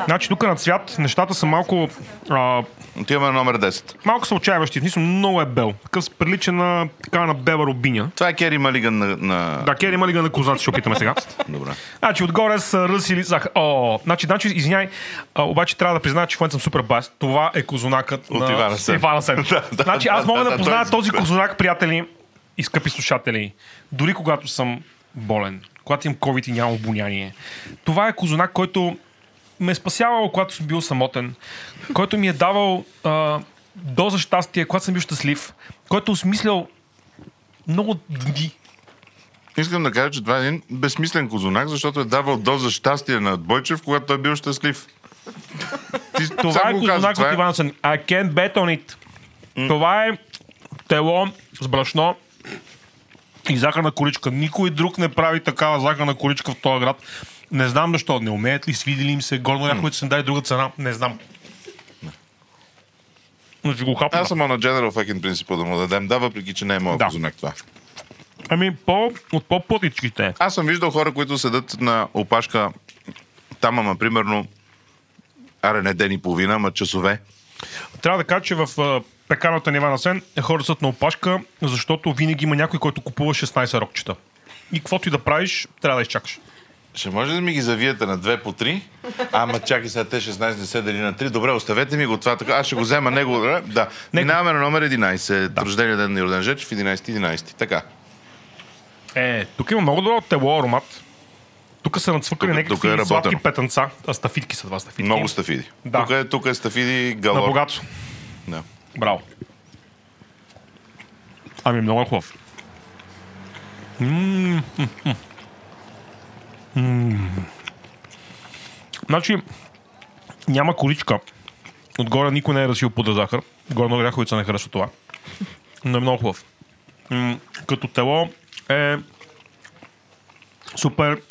[SPEAKER 4] значи тук на цвят нещата са малко, а,
[SPEAKER 3] Отиваме на номер 10.
[SPEAKER 4] малко са отчаяващи. В смисъл, много е бел. Такъв прилича на, така, на бела рубиня.
[SPEAKER 3] Това е Кери Малиган на... на...
[SPEAKER 4] Да, Кери, има ли га на козаци, ще опитаме сега.
[SPEAKER 3] Добре.
[SPEAKER 4] Значи отгоре са ръс или захар. О, значи, значи извиняй, а, обаче трябва да призная, че в момента съм супер бас. Това е козунакът
[SPEAKER 3] От
[SPEAKER 4] на
[SPEAKER 3] Ивана Сен.
[SPEAKER 4] Ивана Сен.
[SPEAKER 3] да,
[SPEAKER 4] значи аз
[SPEAKER 3] да,
[SPEAKER 4] мога
[SPEAKER 3] да,
[SPEAKER 4] да,
[SPEAKER 3] да,
[SPEAKER 4] позная
[SPEAKER 3] той-
[SPEAKER 4] този козунак, приятели и скъпи слушатели, дори когато съм болен, когато имам COVID и нямам обоняние. Това е козунак, който ме е спасявал, когато съм бил самотен, който ми е давал а, доза щастие, когато съм бил щастлив, който е осмислял много дни.
[SPEAKER 3] Искам да кажа, че това е един безсмислен козунак, защото е давал доза щастие на Бойчев, когато той е бил щастлив. Ти
[SPEAKER 4] Това
[SPEAKER 3] сам
[SPEAKER 4] е
[SPEAKER 3] го каза,
[SPEAKER 4] Козунак
[SPEAKER 3] това
[SPEAKER 4] от
[SPEAKER 3] е-
[SPEAKER 4] Ивансен. I can't bet on it. Това е тело с брашно и захарна количка. Никой друг не прави такава захарна количка в този град. Не знам защо. Не умеят ли, свидели им се, горно някой са им дай друга цена. Не знам. Но ще го хапна.
[SPEAKER 3] Аз съм на General Fucking Principle да му дадем, да, въпреки, че не е моят
[SPEAKER 4] Да.
[SPEAKER 3] козунак това.
[SPEAKER 4] Ами, по, от по-плътичките. е.
[SPEAKER 3] Аз съм виждал хора, които седат на опашка там, ама примерно, аре не ден и половина, ама часове.
[SPEAKER 4] Трябва да кажа, че в а, пекарната нива на Сен хората са на опашка, защото винаги има някой, който купува 16 рокчета. И каквото и да правиш, трябва да изчакаш.
[SPEAKER 3] Ще може ли да ми ги завиете на две по три? Ама чакай сега, те 16 не се дали на три. Добре, оставете ми го това. Така. Аз ще го взема него. Е, Да. да. Минаваме на номер 11. Да. Рождения ден на Йордан Жечев, 11-11. Така.
[SPEAKER 4] Е, тук има много добър тело аромат. Тук са нацвъкали
[SPEAKER 3] Тук- тук е
[SPEAKER 4] някакви
[SPEAKER 3] работено.
[SPEAKER 4] сладки петънца. А, стафитки са това, стафитки.
[SPEAKER 3] Много стафиди.
[SPEAKER 4] Да.
[SPEAKER 3] Тук, е, тук е стафиди
[SPEAKER 4] На
[SPEAKER 3] галор.
[SPEAKER 4] богато.
[SPEAKER 3] Да.
[SPEAKER 4] Браво. Ами, много е хубав. М, м, м. М. Значи, няма количка. Отгоре никой не е разил пудра захар. Горно Ряховица не харесва това. Но е много хубав. М, като тело е супер,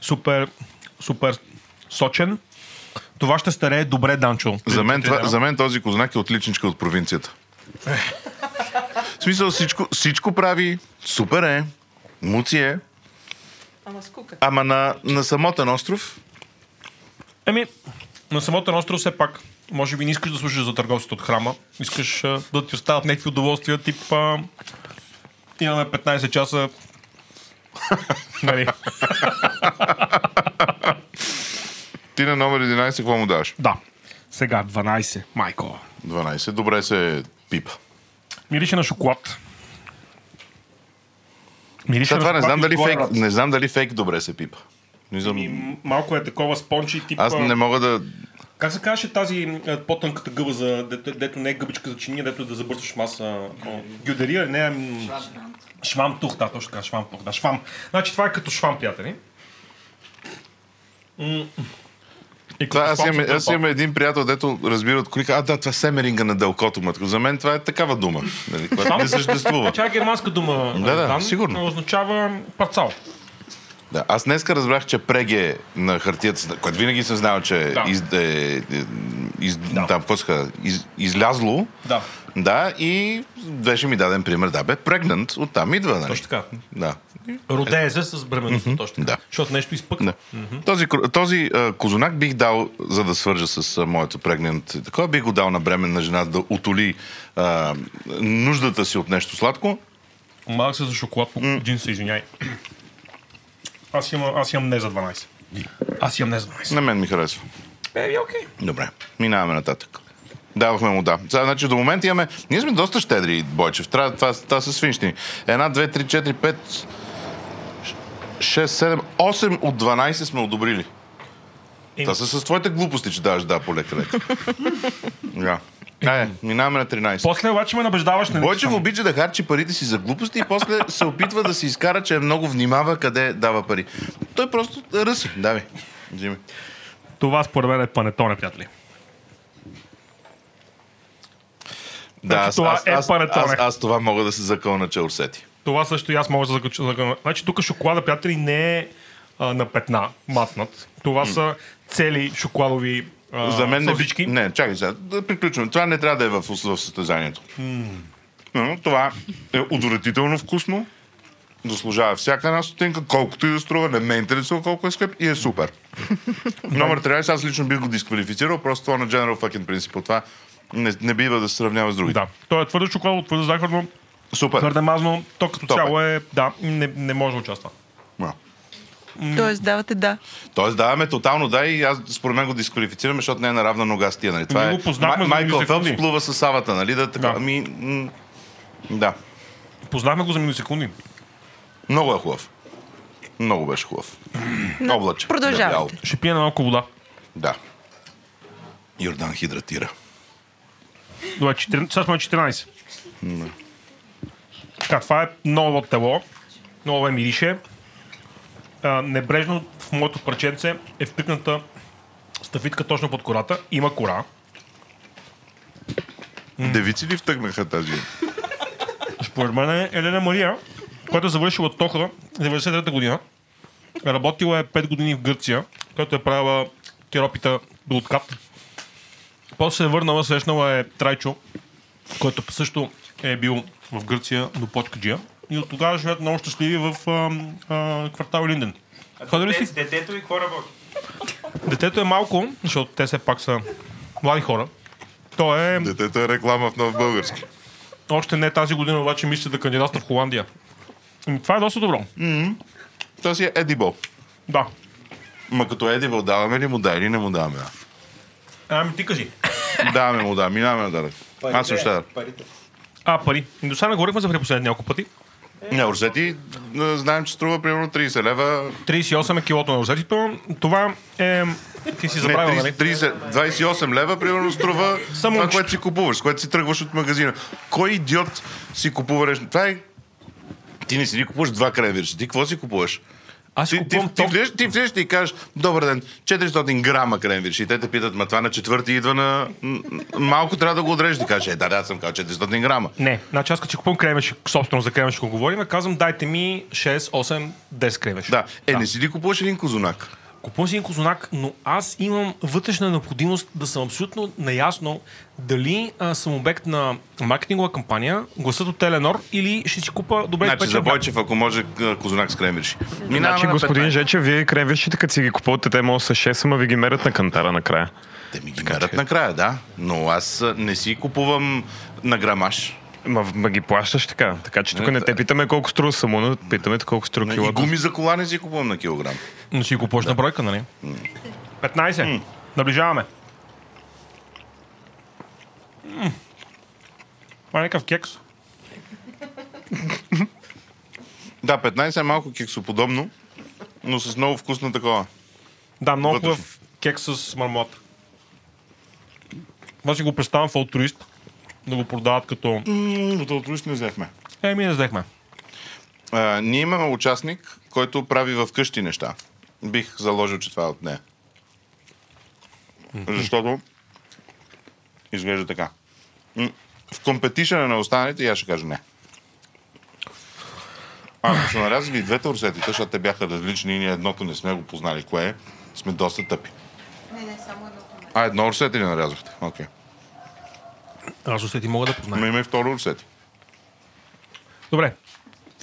[SPEAKER 4] супер, супер сочен. Това ще старее добре, Данчо.
[SPEAKER 3] За мен, това, за мен този кознак е отличничка от провинцията. В смисъл всичко, всичко прави, супер е, муци е,
[SPEAKER 2] Ама скука.
[SPEAKER 3] ама на, на самотен остров
[SPEAKER 4] Еми, на самото на остров все пак, може би не искаш да слушаш за търговците от храма. Искаш а, да ти остават някакви удоволствия, тип а, имаме 15 часа. нали?
[SPEAKER 3] ти на номер 11 какво му даваш?
[SPEAKER 4] Да. Сега 12, майко.
[SPEAKER 3] 12. Добре се пипа.
[SPEAKER 4] Мирише на шоколад. Мирише
[SPEAKER 3] Сега това не знам,
[SPEAKER 4] шоколад и
[SPEAKER 3] дали фейк,
[SPEAKER 4] отгоре
[SPEAKER 3] не знам дали фейк добре се пипа. Не знам.
[SPEAKER 4] м- Малко е такова спончи, тип...
[SPEAKER 3] Аз
[SPEAKER 4] а,
[SPEAKER 3] не мога да...
[SPEAKER 4] Как се казваше тази е, по-тънката гъба, за, дето, дето не е гъбичка за чиния, дето да забърсваш маса? О, Гюдерия, не е... м, Швам тух, да, точно така, швам тух, да, швам. Значи това е като швам, приятели. М. И
[SPEAKER 3] Това,
[SPEAKER 4] като
[SPEAKER 3] аз,
[SPEAKER 4] швам
[SPEAKER 3] имам,
[SPEAKER 4] се
[SPEAKER 3] аз
[SPEAKER 4] търпа.
[SPEAKER 3] имам един приятел, дето разбира от колика. А, да, това е семеринга на дълкото, матко. За мен това е такава дума, нали, която не съществува.
[SPEAKER 4] Тя е германска дума.
[SPEAKER 3] Да, да,
[SPEAKER 4] Дан,
[SPEAKER 3] сигурно.
[SPEAKER 4] Означава парцал.
[SPEAKER 3] Да, аз днеска разбрах, че преге на хартията, което винаги съм знал, че да. из, е, из, да. там, поска, из, излязло.
[SPEAKER 4] Да.
[SPEAKER 3] Да, и беше ми даден пример. Да, бе, прегнант, оттам идва. Нали?
[SPEAKER 4] Точно така.
[SPEAKER 3] Да.
[SPEAKER 4] Родее се с бременността, mm-hmm. точно
[SPEAKER 3] да.
[SPEAKER 4] така. Защото нещо изпъкна.
[SPEAKER 3] Да. Mm-hmm. Този, кру- този а, козунак бих дал, за да свържа с а, моето прегнент. Такова бих го дал на бременна жена да отоли а, нуждата си от нещо сладко.
[SPEAKER 4] Малък се за шоколад по джинса, извиняй. Аз имам, аз имам не за 12. Аз имам не за 12.
[SPEAKER 3] На мен ми харесва.
[SPEAKER 4] Беби, окей.
[SPEAKER 3] Добре, минаваме нататък. Давахме му да. Сега, значи, до момента имаме... Ние сме доста щедри, Бойчев. Трябва това, това са свинщини. Една, две, три, четири, пет, ш- шест, седем, осем от 12 сме одобрили. Това са с твоите глупости, че даваш да по лека лека. да. Айде, минаваме на 13.
[SPEAKER 4] После обаче ме набеждаваш нали? на
[SPEAKER 3] Бойчев обича да харчи парите си за глупости и после се опитва да се изкара, че е много внимава къде дава пари. Той просто ръси. Дави. Взимай.
[SPEAKER 4] Това според мен е панетоне, приятели.
[SPEAKER 3] Да,
[SPEAKER 4] Значи, това е
[SPEAKER 3] аз, аз,
[SPEAKER 4] панетоне.
[SPEAKER 3] аз, аз, това мога да се закълна, че е усети.
[SPEAKER 4] Това също и аз мога да заключа. заключа- Значи тук шоколада, приятели, не е а, на петна, маснат. Това са цели шоколадови а,
[SPEAKER 3] За мен
[SPEAKER 4] сълзички.
[SPEAKER 3] не... Не, чакай сега. Да приключваме. Това не трябва да е в, в състезанието. Но Това е отвратително вкусно. Заслужава всяка една стотинка, колкото и да струва, не ме интересува колко е скъп и е супер. Номер 13, аз лично бих го дисквалифицирал, просто това на General fucking принципа. Това не, не бива да се сравнява с другите.
[SPEAKER 4] Да. То е твърде шоколадо, твърде захарно,
[SPEAKER 3] Супер.
[SPEAKER 4] твърде мазно. То като
[SPEAKER 3] Топе.
[SPEAKER 4] цяло е... Да, не, не може да участва.
[SPEAKER 3] Да.
[SPEAKER 2] Тоест, давате да.
[SPEAKER 3] Тоест даваме тотално да и аз според мен го дисквалифицираме, защото не е на равна нога с тия. Нали? Това
[SPEAKER 4] Ние
[SPEAKER 3] е...
[SPEAKER 4] го
[SPEAKER 3] Май-
[SPEAKER 4] познахме, за
[SPEAKER 3] Майкъл
[SPEAKER 4] милисекунди.
[SPEAKER 3] Фелпс плува с савата, нали? Да, така.
[SPEAKER 4] Да.
[SPEAKER 3] Ами, м- да.
[SPEAKER 4] Познахме го за милисекунди.
[SPEAKER 3] Много е хубав. Много беше хубав. Облаче.
[SPEAKER 2] продължавайте.
[SPEAKER 3] дебяло.
[SPEAKER 4] Ще пия на малко вода.
[SPEAKER 3] Да. Йордан хидратира.
[SPEAKER 4] Добре, 14, е сега сме на 14. Така, това е ново тело. Ново е мирише. А, небрежно в моето парченце е втъкната стафитка точно под кората. Има кора.
[SPEAKER 3] Девици ли втъгнаха тази?
[SPEAKER 4] Според мен е Елена Мария, която е завършила Тоха 93-та година. Работила е 5 години в Гърция, която е правила тиропита до откат. После се е върнала, срещнала е Трайчо, който също е бил в Гърция до Почкаджия. И от тогава живеят много щастливи в ам, а, квартал Линден. Ходи ли си?
[SPEAKER 6] Детето ви какво работи?
[SPEAKER 4] Детето е малко, защото те все пак са млади хора. То е
[SPEAKER 3] Детето е реклама в нов български.
[SPEAKER 4] още не тази година, обаче мисля да кандидатства в Холандия. Ами, Това е доста добро.
[SPEAKER 3] Това си е едибол.
[SPEAKER 4] Да.
[SPEAKER 3] Ма като едибол даваме ли му да или не му даваме? да?
[SPEAKER 4] Ами ти кажи.
[SPEAKER 3] Даваме му да, минаваме да. Аз съм щедър.
[SPEAKER 4] А, пари. До сега не говорихме за пари последните няколко пъти.
[SPEAKER 3] Не, Орсети, е, знаем, че струва примерно 30 лева.
[SPEAKER 4] 38 е килото на розетито. Това е... Ти си
[SPEAKER 3] Не,
[SPEAKER 4] забравил,
[SPEAKER 3] 30,
[SPEAKER 4] нали?
[SPEAKER 3] 30, 28 лева примерно струва
[SPEAKER 4] Само
[SPEAKER 3] това,
[SPEAKER 4] момчето.
[SPEAKER 3] което си купуваш, с което си тръгваш от магазина. Кой идиот си купува нещо? Това е... Ти не си ни купуваш два кревирчета. Ти какво си купуваш?
[SPEAKER 4] Аз си
[SPEAKER 3] Ти, ти,
[SPEAKER 4] купувам
[SPEAKER 3] ти,
[SPEAKER 4] ток.
[SPEAKER 3] влизаш, ти влизаш и кажеш, добър ден, 400 грама кренвирш. И те те питат, ма това на четвърти идва на... м, м, Малко трябва да го отрежеш. Ти кажеш, е, да, да, аз съм казал 400 грама.
[SPEAKER 4] Не, значи аз като си купувам кремеш, собствено за кремеш, го говорим, казвам дайте ми 6, 8, 10 кремеш.
[SPEAKER 3] Да, е, не си ли купуваш един козунак?
[SPEAKER 4] Купувам си един козунак, но аз имам вътрешна необходимост да съм абсолютно наясно дали а, съм обект на маркетингова кампания, гласът от Теленор или ще си купа добре
[SPEAKER 3] Значи, за
[SPEAKER 4] изпечен хляб.
[SPEAKER 3] Бойчев, ако може, к- козунак с кренвирши.
[SPEAKER 5] Значи,
[SPEAKER 3] Минаваме на
[SPEAKER 5] господин
[SPEAKER 3] 15.
[SPEAKER 5] Жече, вие кренвиршите, като си ги купувате, те могат да са 6, ама ви ги мерят на кантара накрая.
[SPEAKER 3] Те ми ги мерят накрая, да. Но аз а, не си купувам на грамаш.
[SPEAKER 5] Ма, ма ги плащаш така. Така че тук не те питаме колко струва самуна, питаме те колко
[SPEAKER 3] Е,
[SPEAKER 5] струва
[SPEAKER 3] И
[SPEAKER 5] килото.
[SPEAKER 3] гуми за кола не си купувам на килограм.
[SPEAKER 4] Но си го купуваш на бройка, нали? 15. Наближаваме. М. Това е някакъв кекс.
[SPEAKER 3] Да, 15 е малко кексоподобно, но с много вкусно такова.
[SPEAKER 4] Да, много
[SPEAKER 3] Вътрешно.
[SPEAKER 4] хубав кекс с мармолад. Това си го представям в алтруист. Да го продават като...
[SPEAKER 3] М, От altruist не взехме.
[SPEAKER 4] Е, ми не взехме.
[SPEAKER 3] А, ние имаме участник, който прави в къщи неща. Бих заложил, че това е от нея. Защото изглежда така. М, В компетишъна на останалите, и аз ще кажа не. Ако са нарязали и двете урсетите, защото те бяха различни и ние едното не сме го познали кое е, сме доста тъпи.
[SPEAKER 9] Не, не, само едно.
[SPEAKER 3] А, едно урсете ли нарязахте? Окей.
[SPEAKER 4] Аз усети мога да познавам.
[SPEAKER 3] Ама има и второ урсете.
[SPEAKER 4] Добре.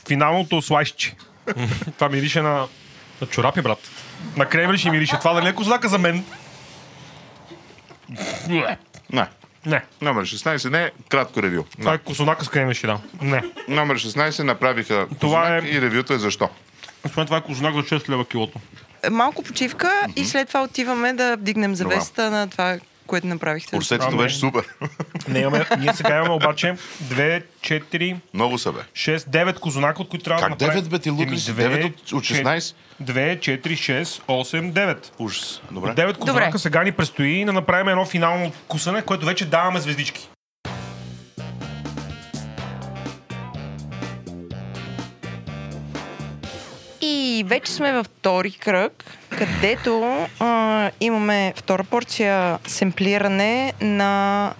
[SPEAKER 4] Финалното слайсче. Това мирише на... на чорапи, брат. На кремлиш и мирише. Това дали е козлака за мен?
[SPEAKER 3] Не.
[SPEAKER 4] Не.
[SPEAKER 3] Номер 16 не, е, кратко ревю.
[SPEAKER 4] Това е косонака с кремлиш, да. Не.
[SPEAKER 3] Номер 16 направиха
[SPEAKER 4] Това
[SPEAKER 3] това е...
[SPEAKER 4] е-
[SPEAKER 3] и ревюто е защо.
[SPEAKER 4] Освен това е козунак за 6 лева килото.
[SPEAKER 2] Малко почивка и след това отиваме да вдигнем завесата на това, което направихте.
[SPEAKER 3] Урсетито беше супер.
[SPEAKER 4] Не имаме, ние сега имаме обаче 2, 4,
[SPEAKER 3] Много са бе.
[SPEAKER 4] 6, 9 козунака, от които трябва
[SPEAKER 3] Как
[SPEAKER 4] да направим.
[SPEAKER 3] 9 бе ти лудни
[SPEAKER 4] Еми,
[SPEAKER 3] си?
[SPEAKER 4] две,
[SPEAKER 3] 9 от- от 16?
[SPEAKER 4] 2, 4, 6, 8, 9.
[SPEAKER 3] Ужас. Добре.
[SPEAKER 4] Девет козунака
[SPEAKER 2] Добре.
[SPEAKER 4] сега ни предстои да направим едно финално кусане, което вече даваме звездички.
[SPEAKER 2] И вече сме във втори кръг, където а, имаме втора порция семплиране на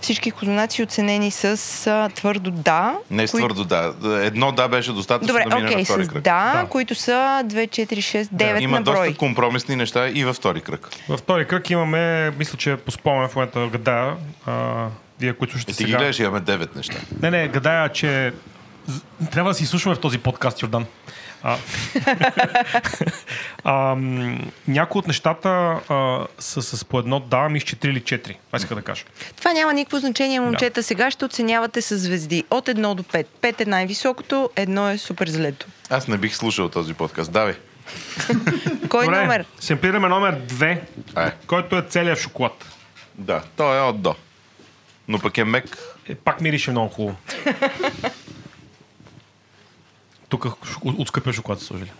[SPEAKER 2] всички козунаци, оценени с а, твърдо да.
[SPEAKER 3] Не с
[SPEAKER 2] кои-
[SPEAKER 3] твърдо да. Едно да беше достатъчно
[SPEAKER 2] Добре,
[SPEAKER 3] да мине
[SPEAKER 2] окей,
[SPEAKER 3] на втори
[SPEAKER 2] с
[SPEAKER 3] кръг.
[SPEAKER 2] да, които са 2, 4, 6, 9
[SPEAKER 3] Има
[SPEAKER 2] на брой.
[SPEAKER 3] доста компромисни неща и във втори кръг.
[SPEAKER 4] Във втори кръг имаме, мисля, че е по спомен в момента гадая, а, вие, които ще
[SPEAKER 3] Е, Ти ги гледаш, имаме 9 неща.
[SPEAKER 4] Не, не, гадая, че з- трябва да си слушаме в този подкаст, Йордан. А, а, м, някои от нещата а, са с по едно да, мисля, че 3 или 4. Това иска да кажа.
[SPEAKER 2] Това няма никакво значение, момчета. Сега ще оценявате с звезди. От 1 до 5. 5 е най-високото, 1 е супер злето.
[SPEAKER 3] Аз не бих слушал този подкаст. Давай.
[SPEAKER 2] Кой номер?
[SPEAKER 4] семплираме номер 2,
[SPEAKER 3] Ай.
[SPEAKER 4] който е целият шоколад.
[SPEAKER 3] Да, той е от до. Но пък е мек.
[SPEAKER 4] Е, пак мирише много хубаво. Тук шо- от скъпия шоколад са сложили.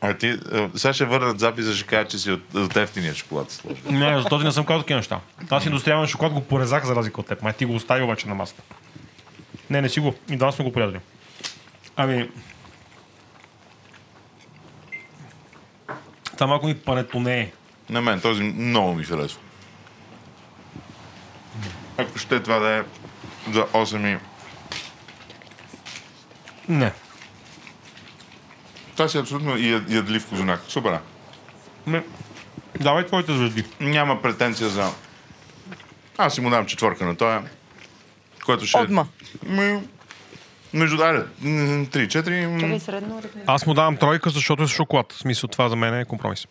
[SPEAKER 3] А ти, е, сега ще върнат записа, ще кажа, че си от, от ефтиния шоколад сложил.
[SPEAKER 4] Не, за този не съм казал такива неща. Аз индустриален шоколад го порезах за разлика от теб. Май ти го остави обаче на масата. Не, не си го. И два сме го порязали. Ами... Това малко ми панетоне е.
[SPEAKER 3] На мен този много ми харесва. Ако ще това да е за 8 и...
[SPEAKER 4] Не.
[SPEAKER 3] Това си е абсолютно яд, ядлив козунак. Супер. е.
[SPEAKER 4] Ми... Давай твоите звезди.
[SPEAKER 3] Няма претенция за... Аз си му дам четворка на тоя. Който ще... е-
[SPEAKER 2] Отма.
[SPEAKER 3] Ми... Между даре, 3-4...
[SPEAKER 4] Аз му давам тройка, защото е с шоколад. В смисъл това за мен е компромис.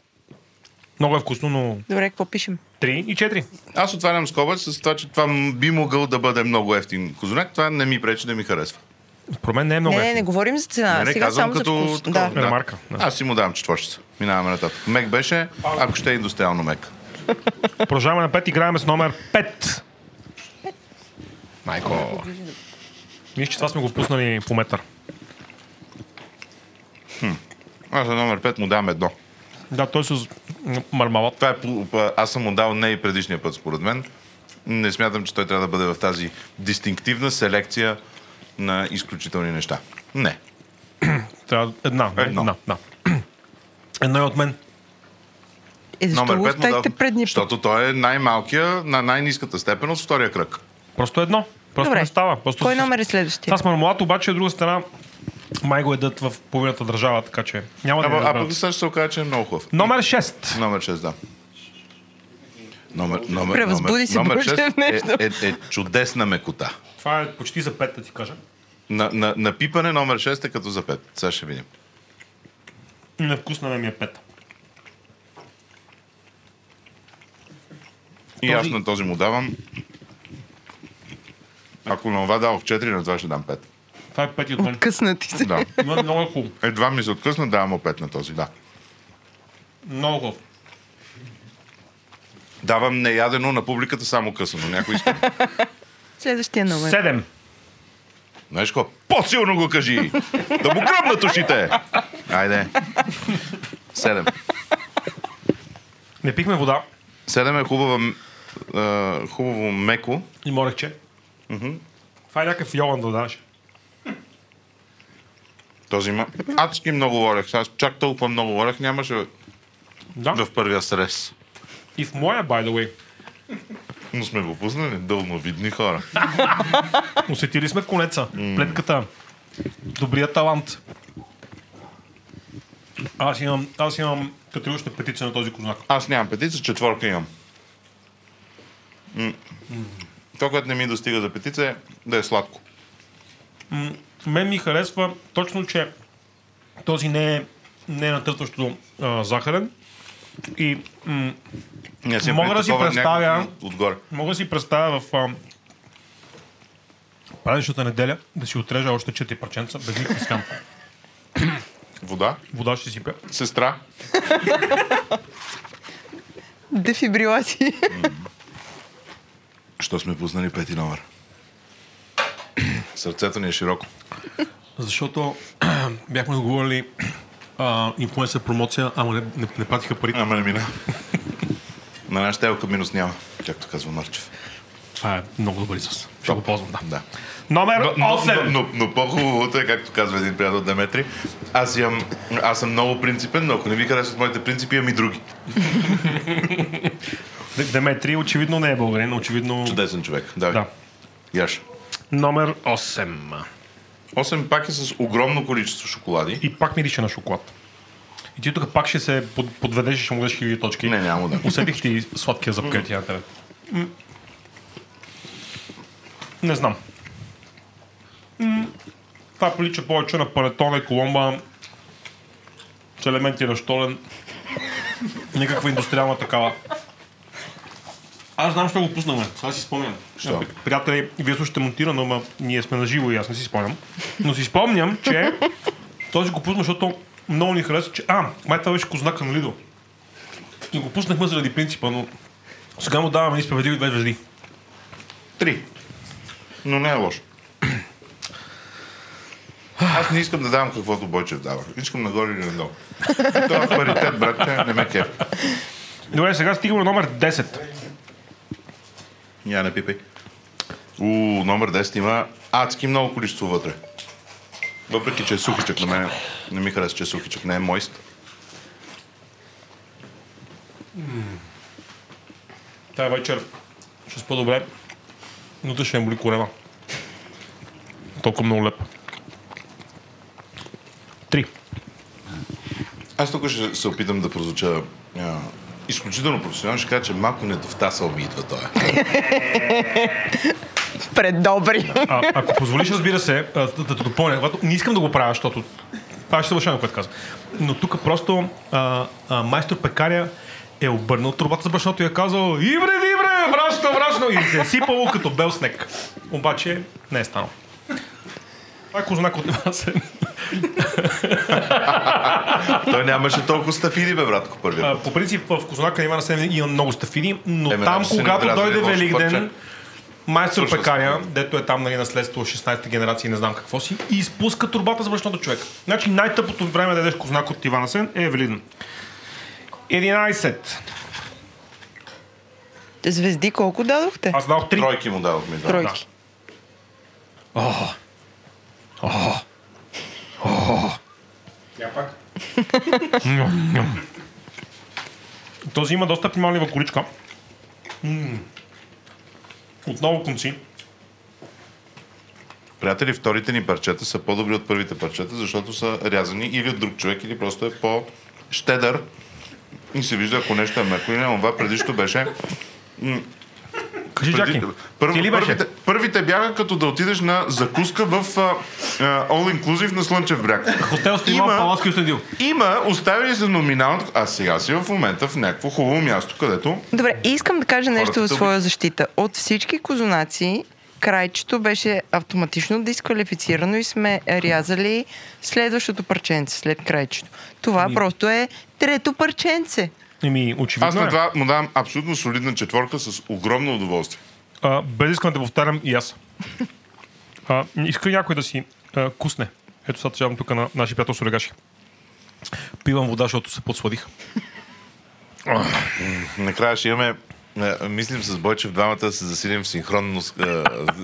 [SPEAKER 4] Много е вкусно, но...
[SPEAKER 2] Добре, какво пишем?
[SPEAKER 4] 3 и 4.
[SPEAKER 3] Аз отварям скоба с това, че това м- би могъл да бъде много ефтин козунак. Това не ми пречи да ми харесва.
[SPEAKER 4] Според мен не е много
[SPEAKER 2] Не, не,
[SPEAKER 4] ефтин.
[SPEAKER 2] не говорим за цена.
[SPEAKER 3] Не, не,
[SPEAKER 2] Сега
[SPEAKER 3] казвам
[SPEAKER 2] само
[SPEAKER 3] като
[SPEAKER 2] за вкус.
[SPEAKER 3] такова,
[SPEAKER 2] Да.
[SPEAKER 3] да.
[SPEAKER 4] Ремарка, да.
[SPEAKER 3] Аз си му давам четворчица. Минаваме нататък. Мек беше, ако ще е индустриално мек.
[SPEAKER 4] Продължаваме на 5, играем с номер 5.
[SPEAKER 3] Майко.
[SPEAKER 4] Мисля, че това сме го пуснали по метър.
[SPEAKER 3] Аз за номер 5 му давам едно.
[SPEAKER 4] Да, той с мармалат.
[SPEAKER 3] Това е, по- по- аз съм му дал не и предишния път, според мен. Не смятам, че той трябва да бъде в тази дистинктивна селекция на изключителни неща. Не.
[SPEAKER 4] Трябва една.
[SPEAKER 3] Едно.
[SPEAKER 4] Една, да. Едно е от мен.
[SPEAKER 2] Е, защо
[SPEAKER 3] номер
[SPEAKER 2] го
[SPEAKER 3] 5 му
[SPEAKER 2] оставихте
[SPEAKER 3] дал,
[SPEAKER 2] предния път?
[SPEAKER 3] защото той е най-малкия, на най-низката степен от втория кръг.
[SPEAKER 4] Просто едно. Просто
[SPEAKER 2] Добре.
[SPEAKER 4] не става. Просто
[SPEAKER 2] Кой
[SPEAKER 4] с-
[SPEAKER 2] номер е следващия?
[SPEAKER 4] Това с мармалат обаче от друга страна май го едат в половината държава, така че няма да
[SPEAKER 3] Ама,
[SPEAKER 4] го
[SPEAKER 3] а пък
[SPEAKER 4] разберат.
[SPEAKER 3] сега ще се окаже, че е много хубав.
[SPEAKER 4] Номер 6.
[SPEAKER 3] Номер 6, да. Номер, номер,
[SPEAKER 2] Превъзбуди
[SPEAKER 3] номер,
[SPEAKER 2] се,
[SPEAKER 3] номер
[SPEAKER 2] Боже,
[SPEAKER 3] 6 е, е, е чудесна мекота.
[SPEAKER 4] Това е почти за 5, да ти кажа.
[SPEAKER 3] На, на, на пипане номер 6 е като за 5. Сега ще видим.
[SPEAKER 4] Невкусна ми е 5.
[SPEAKER 3] И аз на този му давам. Ако на това давах 4, на това ще дам 5.
[SPEAKER 4] Това е 5 от мен.
[SPEAKER 2] Къснати се.
[SPEAKER 3] Да.
[SPEAKER 4] Но е много е хубаво.
[SPEAKER 3] Едва ми се откъсна, давам му 5 на този, да.
[SPEAKER 4] Много хубаво.
[SPEAKER 3] Давам неядено на публиката, само късано. Някой иска.
[SPEAKER 2] Следващия номер.
[SPEAKER 4] 7.
[SPEAKER 3] Знаеш какво? По-силно го кажи! да му гръбнат ушите! Айде. 7.
[SPEAKER 4] Не пихме вода.
[SPEAKER 3] 7 е хубава, м- а, хубаво меко.
[SPEAKER 4] И морехче. Това е някакъв йоган да дадеш.
[SPEAKER 3] Този има адски много лорех. Аз чак толкова много лорех нямаше
[SPEAKER 4] Да.
[SPEAKER 3] в първия срез.
[SPEAKER 4] И в моя, by the way,
[SPEAKER 3] Но сме го пуснали дълновидни хора.
[SPEAKER 4] усетили сме конеца, плетката, добрия талант. Аз имам, аз имам категорична петиция на този кознак.
[SPEAKER 3] Аз нямам петица, четворка имам. М. Това, което не ми достига за петица е да е сладко.
[SPEAKER 4] Мен ми харесва точно, че този не е, не е натъртващо а, захарен. И м-
[SPEAKER 3] Не
[SPEAKER 4] Мога да си
[SPEAKER 3] притесован
[SPEAKER 4] представя-
[SPEAKER 3] някакви Отгоре.
[SPEAKER 4] мога да си представя в а, празничната неделя да си отрежа още 4 парченца, без никакви скам.
[SPEAKER 3] Вода.
[SPEAKER 4] Вода ще си пя.
[SPEAKER 3] Сестра.
[SPEAKER 2] Дефибрилации.
[SPEAKER 3] Що сме пуснали пети номер? Сърцето ни е широко.
[SPEAKER 4] Защото бяхме договорили а, инфлуенсър промоция, ама не, не, не пратиха парите.
[SPEAKER 3] Ама не мина. На нашата елка минус няма, както казва Марчев.
[SPEAKER 4] Това е много добър израз. Ще го ползвам, да.
[SPEAKER 3] Да.
[SPEAKER 4] Номер
[SPEAKER 3] Но,
[SPEAKER 4] 8!
[SPEAKER 3] но, но, но по-хубавото е, както казва един приятел Деметри, аз, имам, аз съм много принципен, но ако не ви харесват моите принципи, имам и други.
[SPEAKER 4] Деметри очевидно не е българин, очевидно...
[SPEAKER 3] Чудесен човек. Давай.
[SPEAKER 4] Да.
[SPEAKER 3] Яш.
[SPEAKER 4] Номер 8.
[SPEAKER 3] 8 пак е с огромно количество шоколади.
[SPEAKER 4] И пак мирише на шоколад. И ти тук пак ще се под- подведеш и ще му дадеш хиляди точки.
[SPEAKER 3] Не, няма да.
[SPEAKER 4] Усетих ти сладкия запкър ти на тебе. М. Не знам. М. Това прилича повече на панетоне, коломба, с елементи на штолен. Никаква индустриална такава. Аз знам, що го пуснаме. Сега си спомням.
[SPEAKER 3] Що?
[SPEAKER 4] Приятели, вие слушате монтирано, но ние сме на живо и аз не си спомням. Но си спомням, че този го пусна, защото много ни хареса, че... А, май това беше кознака на Лидо. И го пуснахме заради принципа, но сега му даваме и справедливи две звезди.
[SPEAKER 3] Три. Но не е лошо. Аз не искам да давам каквото Бойчев дава. Искам нагоре или надолу. Това е паритет, брат, не ме кеф.
[SPEAKER 4] Добре, сега стигаме до номер 10.
[SPEAKER 3] Я не пипай. У, номер 10 има адски много количество вътре. Въпреки, че е сухичък на мен, не ми харесва, че е сухичък, не е мойст.
[SPEAKER 4] Тая вечер ще спа добре, но утре ще ме боли корема. Толкова много леп. Три.
[SPEAKER 3] Аз тук ще се опитам да прозвуча а, изключително професионално, ще кажа, че малко недовтасал ми идва той.
[SPEAKER 2] Предобри.
[SPEAKER 4] А, ако позволиш, разбира се, а, да, да те допълня. Когато- Не искам да го правя, защото това ще съвършено, което казвам. Но тук просто а, а, майстор пекаря е обърнал турбата за брашното и е казал Ибре, ибре, брашно, брашно! И се е сипало като бел снег. Обаче не е станало. Ако знак от вас е
[SPEAKER 3] той нямаше толкова стафиди, бе, братко, първия.
[SPEAKER 4] А,
[SPEAKER 3] път.
[SPEAKER 4] по принцип в Козунака има на седмица има много стафини, но
[SPEAKER 3] Еме,
[SPEAKER 4] там,
[SPEAKER 3] наши се
[SPEAKER 4] когато
[SPEAKER 3] надразни,
[SPEAKER 4] дойде
[SPEAKER 3] лошо парче.
[SPEAKER 4] Великден, майстор
[SPEAKER 3] Слушал
[SPEAKER 4] пекаря, дето е там нали, наследство 16-та генерация, не знам какво си, и изпуска турбата за брашното човек. Значи най-тъпото време да ядеш Кознак от Иван Асен е Великден. 11.
[SPEAKER 2] Звезди колко дадохте?
[SPEAKER 4] Аз дадох 3.
[SPEAKER 3] Тройки му дадохме. Да.
[SPEAKER 2] Тройки.
[SPEAKER 4] Този има доста примамлива количка. М. Отново конци.
[SPEAKER 3] Приятели, вторите ни парчета са по-добри от първите парчета, защото са рязани или от друг човек, или просто е по-щедър. И се вижда, ако нещо е меко или не, това предишното беше... м,
[SPEAKER 4] Кажи, Джаки,
[SPEAKER 3] първо,
[SPEAKER 4] ти ли беше?
[SPEAKER 3] първите, първите бяха като да отидеш на закуска в а, а, All Inclusive на Слънчев бряг.
[SPEAKER 4] Хотел Стоиман
[SPEAKER 3] Има-
[SPEAKER 4] Паласки е Остадил.
[SPEAKER 3] Има, оставили се номинално, а сега си в момента в някакво хубаво място, където
[SPEAKER 2] Добре, и искам да кажа нещо
[SPEAKER 3] Хората
[SPEAKER 2] в
[SPEAKER 3] тук-
[SPEAKER 2] своя защита. От всички козунаци, крайчето беше автоматично дисквалифицирано и сме рязали следващото парченце след крайчето. Това просто е трето парченце.
[SPEAKER 4] Еми, очевидно
[SPEAKER 3] аз на
[SPEAKER 4] е.
[SPEAKER 3] това му давам абсолютно солидна четворка с огромно удоволствие.
[SPEAKER 4] А, без искам да повтарям и аз. А, иска някой да си а, кусне. Ето сега тъжавам тук на нашия приятел Сурегаши. Пивам вода, защото се подсладих.
[SPEAKER 3] Накрая ще имаме е, мислим с Бойчев двамата да се засилим в синхронно, с-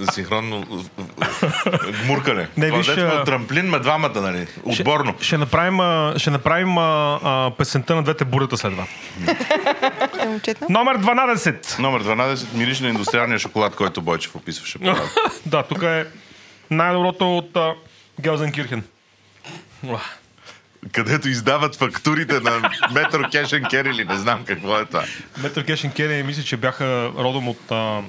[SPEAKER 3] е, синхронно е, гмуркане.
[SPEAKER 4] Не,
[SPEAKER 3] Това,
[SPEAKER 4] виж,
[SPEAKER 3] дето сме
[SPEAKER 4] а-
[SPEAKER 3] от трамплин ме двамата, нали? Отборно.
[SPEAKER 4] Ще направим, а, ще направим а, а, песента на двете бурята след това.
[SPEAKER 2] Е, момчета?
[SPEAKER 4] Номер 12.
[SPEAKER 3] Номер 12 мириш на индустриалния шоколад, който Бойчев описваше. по-рано.
[SPEAKER 4] да, тук е най-доброто от а, Гелзен Кирхен. Уа.
[SPEAKER 3] където издават фактурите на Метро Кешен Кер или не знам какво е това.
[SPEAKER 4] Метър Кешен Кери, мисля, че бяха родом от... А...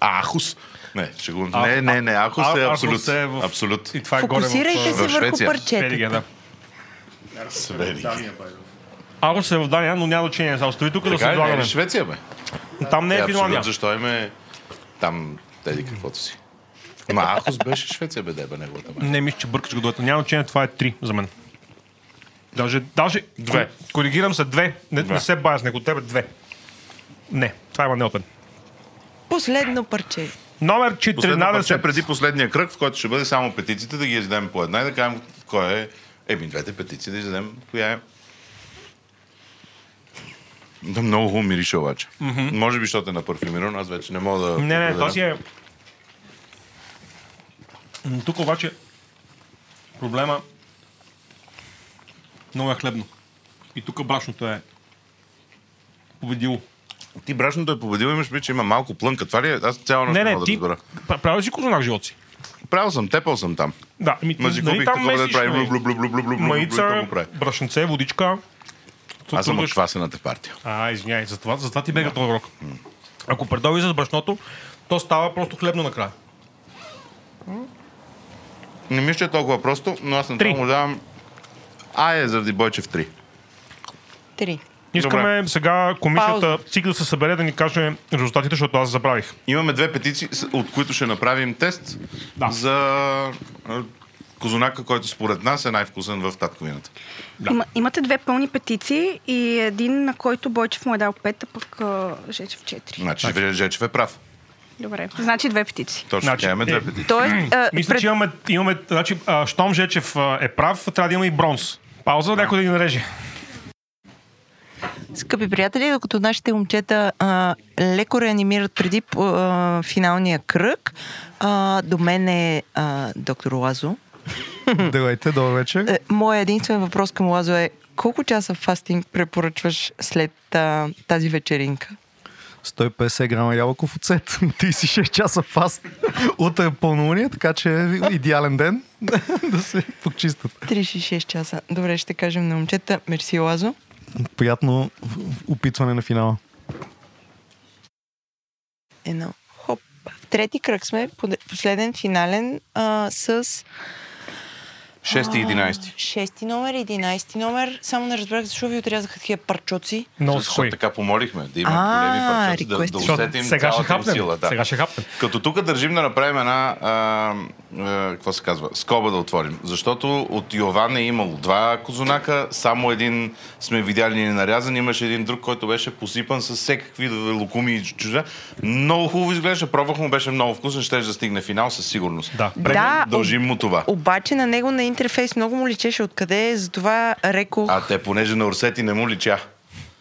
[SPEAKER 3] А, Ахус. Не, ще го...
[SPEAKER 4] А-
[SPEAKER 3] не, не, не, Ахус
[SPEAKER 4] а-
[SPEAKER 3] е
[SPEAKER 4] Ахус
[SPEAKER 3] абсолют.
[SPEAKER 4] е в-
[SPEAKER 3] Абсолют.
[SPEAKER 4] И това е горе
[SPEAKER 2] Фокусирайте
[SPEAKER 4] в...
[SPEAKER 2] се
[SPEAKER 3] в
[SPEAKER 2] върху
[SPEAKER 3] Швеция.
[SPEAKER 4] а,
[SPEAKER 2] парчета.
[SPEAKER 4] Белгия, да.
[SPEAKER 3] Свели.
[SPEAKER 4] Арус е в Дания, но няма значение. Сега остави тук да се
[SPEAKER 3] Така е, е, не,
[SPEAKER 4] излагаме.
[SPEAKER 3] е Швеция, бе.
[SPEAKER 4] Там не
[SPEAKER 3] Е,
[SPEAKER 4] е
[SPEAKER 3] абсолют,
[SPEAKER 4] Финландия.
[SPEAKER 3] защо им е там теди каквото си. Ма Ахус беше Швеция, бе, деба неговата май.
[SPEAKER 4] Не, мисля, че бъркаш градовете. Няма значение, това е 3 за мен. Даже, даже...
[SPEAKER 3] Две.
[SPEAKER 4] Кор- Коригирам се, две. Не, не се бая с него. От тебе две. Не, това е има неопен.
[SPEAKER 2] Последно парче.
[SPEAKER 4] Номер
[SPEAKER 3] Последно парче
[SPEAKER 4] 14.
[SPEAKER 3] преди последния кръг, в който ще бъде само петициите, да ги издадем по една и да кажем кой е. Еми, двете петиции да издадем коя е. Да, много хубаво мирише обаче. Може би, защото е на парфюмирано, аз вече не мога да...
[SPEAKER 4] Не, не,
[SPEAKER 3] определя.
[SPEAKER 4] този е... М, Тук обаче проблема много е хлебно. И тук брашното е победило.
[SPEAKER 3] Ти брашното е победил, имаш би, че има малко плънка. Това ли е? Аз цяло не,
[SPEAKER 4] Не, не,
[SPEAKER 3] мога
[SPEAKER 4] ти
[SPEAKER 3] да разбера.
[SPEAKER 4] пра- правил ли си козунак живот си?
[SPEAKER 3] Правил съм, тепал съм там.
[SPEAKER 4] Да, ами ти,
[SPEAKER 3] Ма си
[SPEAKER 4] нали,
[SPEAKER 3] купих
[SPEAKER 4] там
[SPEAKER 3] такова да
[SPEAKER 4] месиш,
[SPEAKER 3] прави
[SPEAKER 4] нали?
[SPEAKER 3] блю, блю, блю, блю, блю, блю, блю, и то
[SPEAKER 4] Маица,
[SPEAKER 3] го прави.
[SPEAKER 4] брашенце, водичка.
[SPEAKER 3] Аз съм от
[SPEAKER 4] Трудваш-
[SPEAKER 3] квасената партия.
[SPEAKER 4] А, извиняй, затова, затова ти бега този урок. Ако предови с брашното, то става просто хлебно накрая.
[SPEAKER 3] Не мисля, че е толкова просто, но аз на
[SPEAKER 4] Три.
[SPEAKER 3] това му давам... А е заради Бойчев 3.
[SPEAKER 2] Три.
[SPEAKER 4] Искаме сега комисията
[SPEAKER 2] Пауза.
[SPEAKER 4] ЦИК да се събере да ни каже резултатите, защото аз забравих.
[SPEAKER 3] Имаме две петиции, с- от които ще направим тест
[SPEAKER 4] Да.
[SPEAKER 3] за а, козунака, който според нас е най-вкусен в татковината.
[SPEAKER 9] Да. Има, имате две пълни петиции и един, на който Бойчев му е дал пет, а пък а, Жечев четири.
[SPEAKER 3] Значи, Жечев е прав.
[SPEAKER 9] Добре. Значи две петиции.
[SPEAKER 3] Точно
[SPEAKER 4] Значи,
[SPEAKER 3] така имаме две
[SPEAKER 4] е,
[SPEAKER 3] петиции.
[SPEAKER 2] Тоест, а,
[SPEAKER 4] Мисля,
[SPEAKER 2] пред...
[SPEAKER 4] че имаме, имаме значи, а, щом Жечев а, е прав, трябва да има и бронз. Пауза, някой да ги нареже.
[SPEAKER 2] скъпи приятели, докато нашите момчета а, леко реанимират преди а, финалния кръг, а, до мен е а, доктор Лазо.
[SPEAKER 10] Здравейте, добър вечер.
[SPEAKER 2] Е, Моя единствен въпрос към Лазо е колко часа фастинг препоръчваш след а, тази вечеринка?
[SPEAKER 10] 150 грама ябълков оцет, 36 часа фаст. Утре е пълнолуние, така че е идеален ден да се почистят.
[SPEAKER 2] 36 часа. Добре, ще кажем на момчета. Мерси, Лазо.
[SPEAKER 10] Приятно опитване на финала.
[SPEAKER 2] Едно. Хоп. В трети кръг сме, поне- последен финален а, с
[SPEAKER 3] 6 и 11.
[SPEAKER 2] 6 номер, 11 номер. Само не разбрах защо ви отрязаха такива парчоци.
[SPEAKER 4] Много се
[SPEAKER 3] Защото
[SPEAKER 4] хуй.
[SPEAKER 3] така помолихме да има
[SPEAKER 2] А,
[SPEAKER 3] големи парчета, да,
[SPEAKER 2] реквести.
[SPEAKER 3] да
[SPEAKER 4] Защото
[SPEAKER 3] усетим
[SPEAKER 4] Сега ще
[SPEAKER 3] цялата им
[SPEAKER 4] хапнем.
[SPEAKER 3] сила. Да.
[SPEAKER 4] Сега ще хапнем.
[SPEAKER 3] Като тук държим да направим една, а, а, какво се казва, скоба да отворим. Защото от Йован е имало два козунака, само един сме видяли ни нарязан, имаше един друг, който беше посипан с всекакви лукуми и чужда. Много хубаво изглеждаше, пробвах му, беше много вкусен, ще да стигне финал със сигурност.
[SPEAKER 4] Да.
[SPEAKER 2] Да,
[SPEAKER 3] Дължим му това.
[SPEAKER 2] Обаче на него на интерфейс много му личеше откъде, е, затова рекох...
[SPEAKER 3] А те, понеже на Урсети не му лича.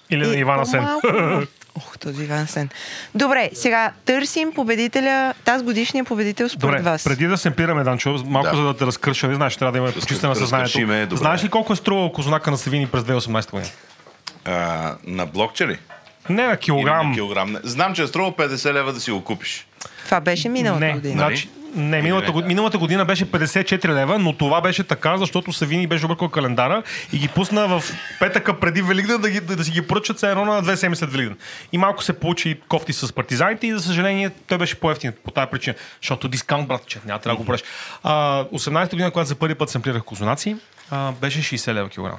[SPEAKER 4] Или на
[SPEAKER 2] и
[SPEAKER 4] Ивана Сен.
[SPEAKER 2] по-малко. Ох, този Иван Сен. Добре, сега търсим победителя, тази годишния победител според
[SPEAKER 4] Добре,
[SPEAKER 2] вас.
[SPEAKER 4] преди да се пираме, Данчо, малко
[SPEAKER 3] Да.
[SPEAKER 4] за да те разкърша, не знаеш, трябва да имаме почистване на съзнанието.
[SPEAKER 3] разкърши ме, добре.
[SPEAKER 4] знаеш ли колко е струвал козунака на Савини през 2018 година?
[SPEAKER 3] А, на блокче ли?
[SPEAKER 4] Не на
[SPEAKER 3] Или на
[SPEAKER 4] килограм.
[SPEAKER 3] килограм. Не. Знам, че е струва 50 лева да си го купиш.
[SPEAKER 2] Това беше миналата
[SPEAKER 4] Не,
[SPEAKER 2] година.
[SPEAKER 4] значи, не, миналата,
[SPEAKER 3] не?
[SPEAKER 4] година, миналата година беше 54 лева, но това беше така, защото Савини беше объркал календара и ги пусна в петъка преди Великден да, ги, да, да си ги поръчат все едно на две седмици след Великден. И малко се получи кофти с партизаните и за съжаление той беше по-ефтин по тази причина, защото дискаунт, брат, че няма трябва да го правиш. А, 18 година, когато за първи път семплирах козунаци, а, беше 60 лева килограм.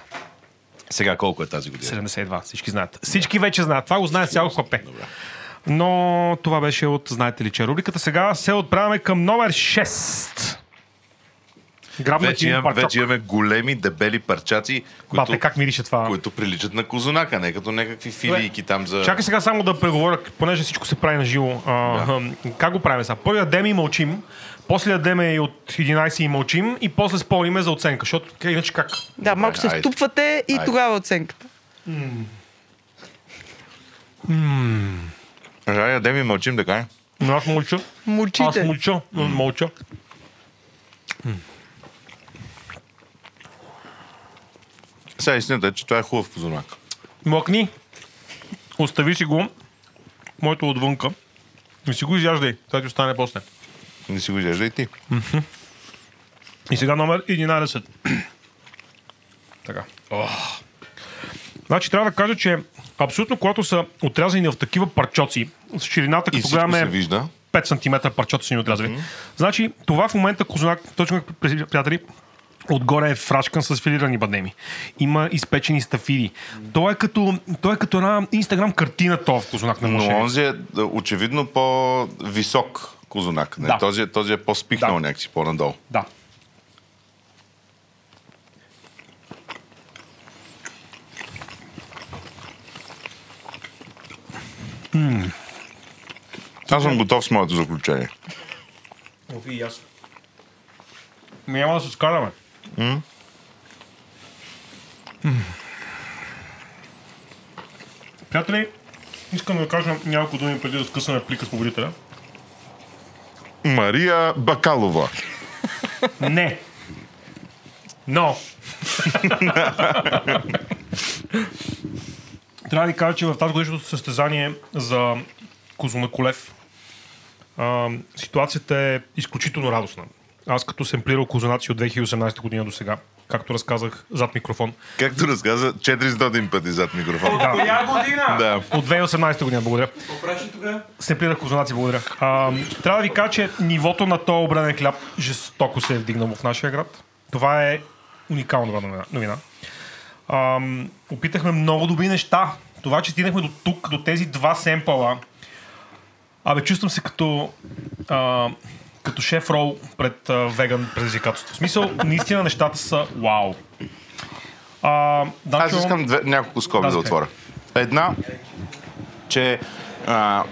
[SPEAKER 3] Сега колко е тази година?
[SPEAKER 4] 72, всички знаят. Всички вече знаят. Това го знае цяло хлапе. Но това беше от знаете ли, че е рубриката. Сега се отправяме към номер 6. Грабна
[SPEAKER 3] Вече,
[SPEAKER 4] ти
[SPEAKER 3] имам,
[SPEAKER 4] парчок.
[SPEAKER 3] вече имаме големи, дебели парчаци, които,
[SPEAKER 4] Бате, как мирише това?
[SPEAKER 3] които приличат на козунака, не като някакви филийки там за...
[SPEAKER 4] Чакай сега само да преговоря, понеже всичко се прави на живо. А, Как го правим сега? Първо ядем и мълчим, после ядем и от 11 и мълчим и после спориме за оценка, защото как- иначе как?
[SPEAKER 2] Да, малко се
[SPEAKER 3] айде.
[SPEAKER 2] ступвате и
[SPEAKER 3] Айде.
[SPEAKER 2] тогава оценката.
[SPEAKER 3] Ай, ядем и мълчим, така е.
[SPEAKER 4] Но аз мълча.
[SPEAKER 2] Мучите.
[SPEAKER 4] Аз мълча. М, Мълча.
[SPEAKER 3] Сега истината е, че това е хубав козунак.
[SPEAKER 4] Млъкни. Остави си го. Моето е отвънка. И си го изяждай. Това ти остане после.
[SPEAKER 3] Не си го изяжда и ти.
[SPEAKER 4] И сега номер 11. Така. Ох. Значи трябва да кажа, че абсолютно когато са отрязани в такива парчоци, с ширината,
[SPEAKER 3] И
[SPEAKER 4] като
[SPEAKER 3] всичко
[SPEAKER 4] гледаме
[SPEAKER 3] се вижда.
[SPEAKER 4] 5 см парчоци са ни отрязали. Значи това в момента козунак, точно както при- приятели, отгоре е фрашкан с филирани бадеми. Има изпечени стафири. Той е като, той е като една инстаграм картина този козунак на
[SPEAKER 3] Но
[SPEAKER 4] мъже.
[SPEAKER 3] онзи е да, очевидно по-висок козунак. Не?
[SPEAKER 4] Да.
[SPEAKER 3] Този, е- този е по-спихнал
[SPEAKER 4] Да.
[SPEAKER 3] някакси по-надолу.
[SPEAKER 4] Да.
[SPEAKER 3] Аз съм готов с моето заключение.
[SPEAKER 4] Офи и аз. Няма да се скараме. Приятели, искам да кажа няколко думи преди да скъсаме плика с победителя.
[SPEAKER 3] Мария Бакалова.
[SPEAKER 4] Не. Но. Трябва да ви кажа, че в тази годишното състезание за Козунаколев а, ситуацията е изключително радостна. Аз като съм плирал козунаци от 2018 година до сега, както разказах зад микрофон.
[SPEAKER 3] Както разказа, 400 пъти зад микрофона.
[SPEAKER 4] Да.
[SPEAKER 6] Коя е година?
[SPEAKER 3] Да.
[SPEAKER 4] От 2018 година, благодаря.
[SPEAKER 6] Попраши тогава.
[SPEAKER 4] Семплирах козунаци, благодаря. А, трябва да ви кажа, че нивото на този обранен хляб жестоко се е вдигнало в нашия град. Това е уникална добра новина. А, опитахме много добри неща. Това, че стигнахме до тук, до тези два семпъла. Абе, чувствам се като, а, като шеф рол пред а, веган предизвикателство. В смисъл, наистина нещата са вау. А,
[SPEAKER 3] Аз
[SPEAKER 4] Данчо,
[SPEAKER 3] искам две, няколко скоби
[SPEAKER 4] Да,
[SPEAKER 3] Значи да,
[SPEAKER 4] така.
[SPEAKER 3] отворя. Една, че а,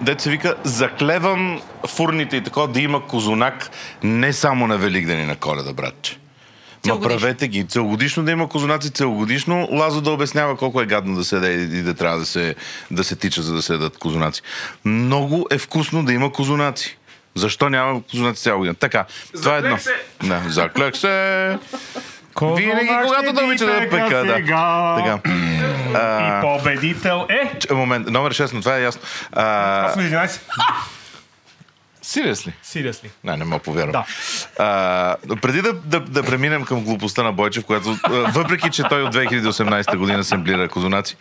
[SPEAKER 3] дете се вика, заклевам фурните и такова да има козунак не само на Великден и на Коледа, братче. Ма
[SPEAKER 2] Целогодишно.
[SPEAKER 3] правете ги. Целогодишно да има козунаци, целогодишно Лазо да обяснява колко е гадно да се яде и да трябва да се, да се тича, за да се дадат козунаци. Много е вкусно да има козунаци. Защо няма козунаци цяла година? Така, това е едно. Да, заклек се! Винаги, когато да обича да пека, да. Така.
[SPEAKER 4] И победител е...
[SPEAKER 3] Ч- Момент, номер 6, но това е ясно.
[SPEAKER 4] Аз
[SPEAKER 3] А,
[SPEAKER 4] съм 11.
[SPEAKER 3] Сириес ли?
[SPEAKER 4] Seriously.
[SPEAKER 3] Не, не мога повярвам.
[SPEAKER 4] Да.
[SPEAKER 3] А, преди да, да, да преминем към глупостта на Бойчев, която а, въпреки, че той от 2018 година семплира козунаци,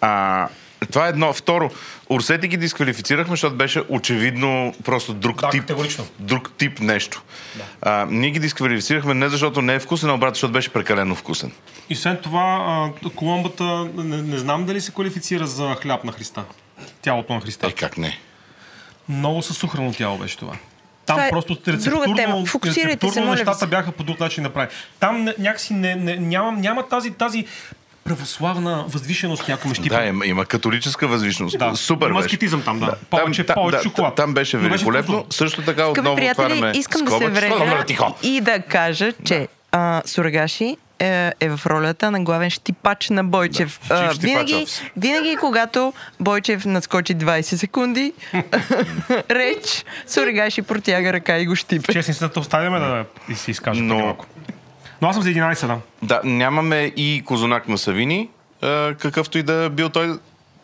[SPEAKER 3] а, това е едно. Второ, Урсети ги дисквалифицирахме, защото беше очевидно просто друг
[SPEAKER 4] Да,
[SPEAKER 3] тип.
[SPEAKER 4] категорично.
[SPEAKER 3] Друг тип нещо. Да. А, ние ги дисквалифицирахме не защото не е вкусен, а обратно, защото беше прекалено вкусен.
[SPEAKER 4] И след това а, коломбата, не, не знам дали се квалифицира за хляб на Христа. Тялото на Христа.
[SPEAKER 3] Е, как не?
[SPEAKER 4] Много със сухрано тяло беше това. Там
[SPEAKER 2] Това е
[SPEAKER 4] просто
[SPEAKER 2] друга
[SPEAKER 4] рецептурно,
[SPEAKER 2] тема. Фокусирайте се,
[SPEAKER 4] рецептурно
[SPEAKER 2] моля ви
[SPEAKER 4] нещата
[SPEAKER 2] се.
[SPEAKER 4] бяха по друг начин направени. Там не- някакси не, не, няма, няма тази, тази православна възвишеност някои мещи.
[SPEAKER 3] Да, е. има, има католическа възвишност. Да. Супер
[SPEAKER 4] Има
[SPEAKER 3] беше.
[SPEAKER 4] аскетизъм там, да. Повече,
[SPEAKER 3] там,
[SPEAKER 4] повече
[SPEAKER 3] да,
[SPEAKER 4] шоколад.
[SPEAKER 3] Там беше
[SPEAKER 4] Но беше
[SPEAKER 3] великолепно.
[SPEAKER 4] вкусно.
[SPEAKER 3] Също така
[SPEAKER 2] Скъпи
[SPEAKER 3] отново
[SPEAKER 2] приятели,
[SPEAKER 3] отваряме
[SPEAKER 2] искам да се
[SPEAKER 3] скоба. Що да
[SPEAKER 2] вреда
[SPEAKER 3] бъде тихо?
[SPEAKER 2] и да кажа, че а, Сурагаши е, е в ролята на главен щипач на Бойчев.
[SPEAKER 3] Да.
[SPEAKER 2] А,
[SPEAKER 3] Чиф щипач,
[SPEAKER 2] винаги,
[SPEAKER 3] офис.
[SPEAKER 2] винаги, когато Бойчев надскочи 20 секунди, реч, Сурагаши протяга ръка и го щипе.
[SPEAKER 4] Честни са, да те оставяме да си изкажем.
[SPEAKER 3] Но-
[SPEAKER 4] Но... Но аз съм за 11, да.
[SPEAKER 3] Да, нямаме и козунак на Савини, а, какъвто и да е бил той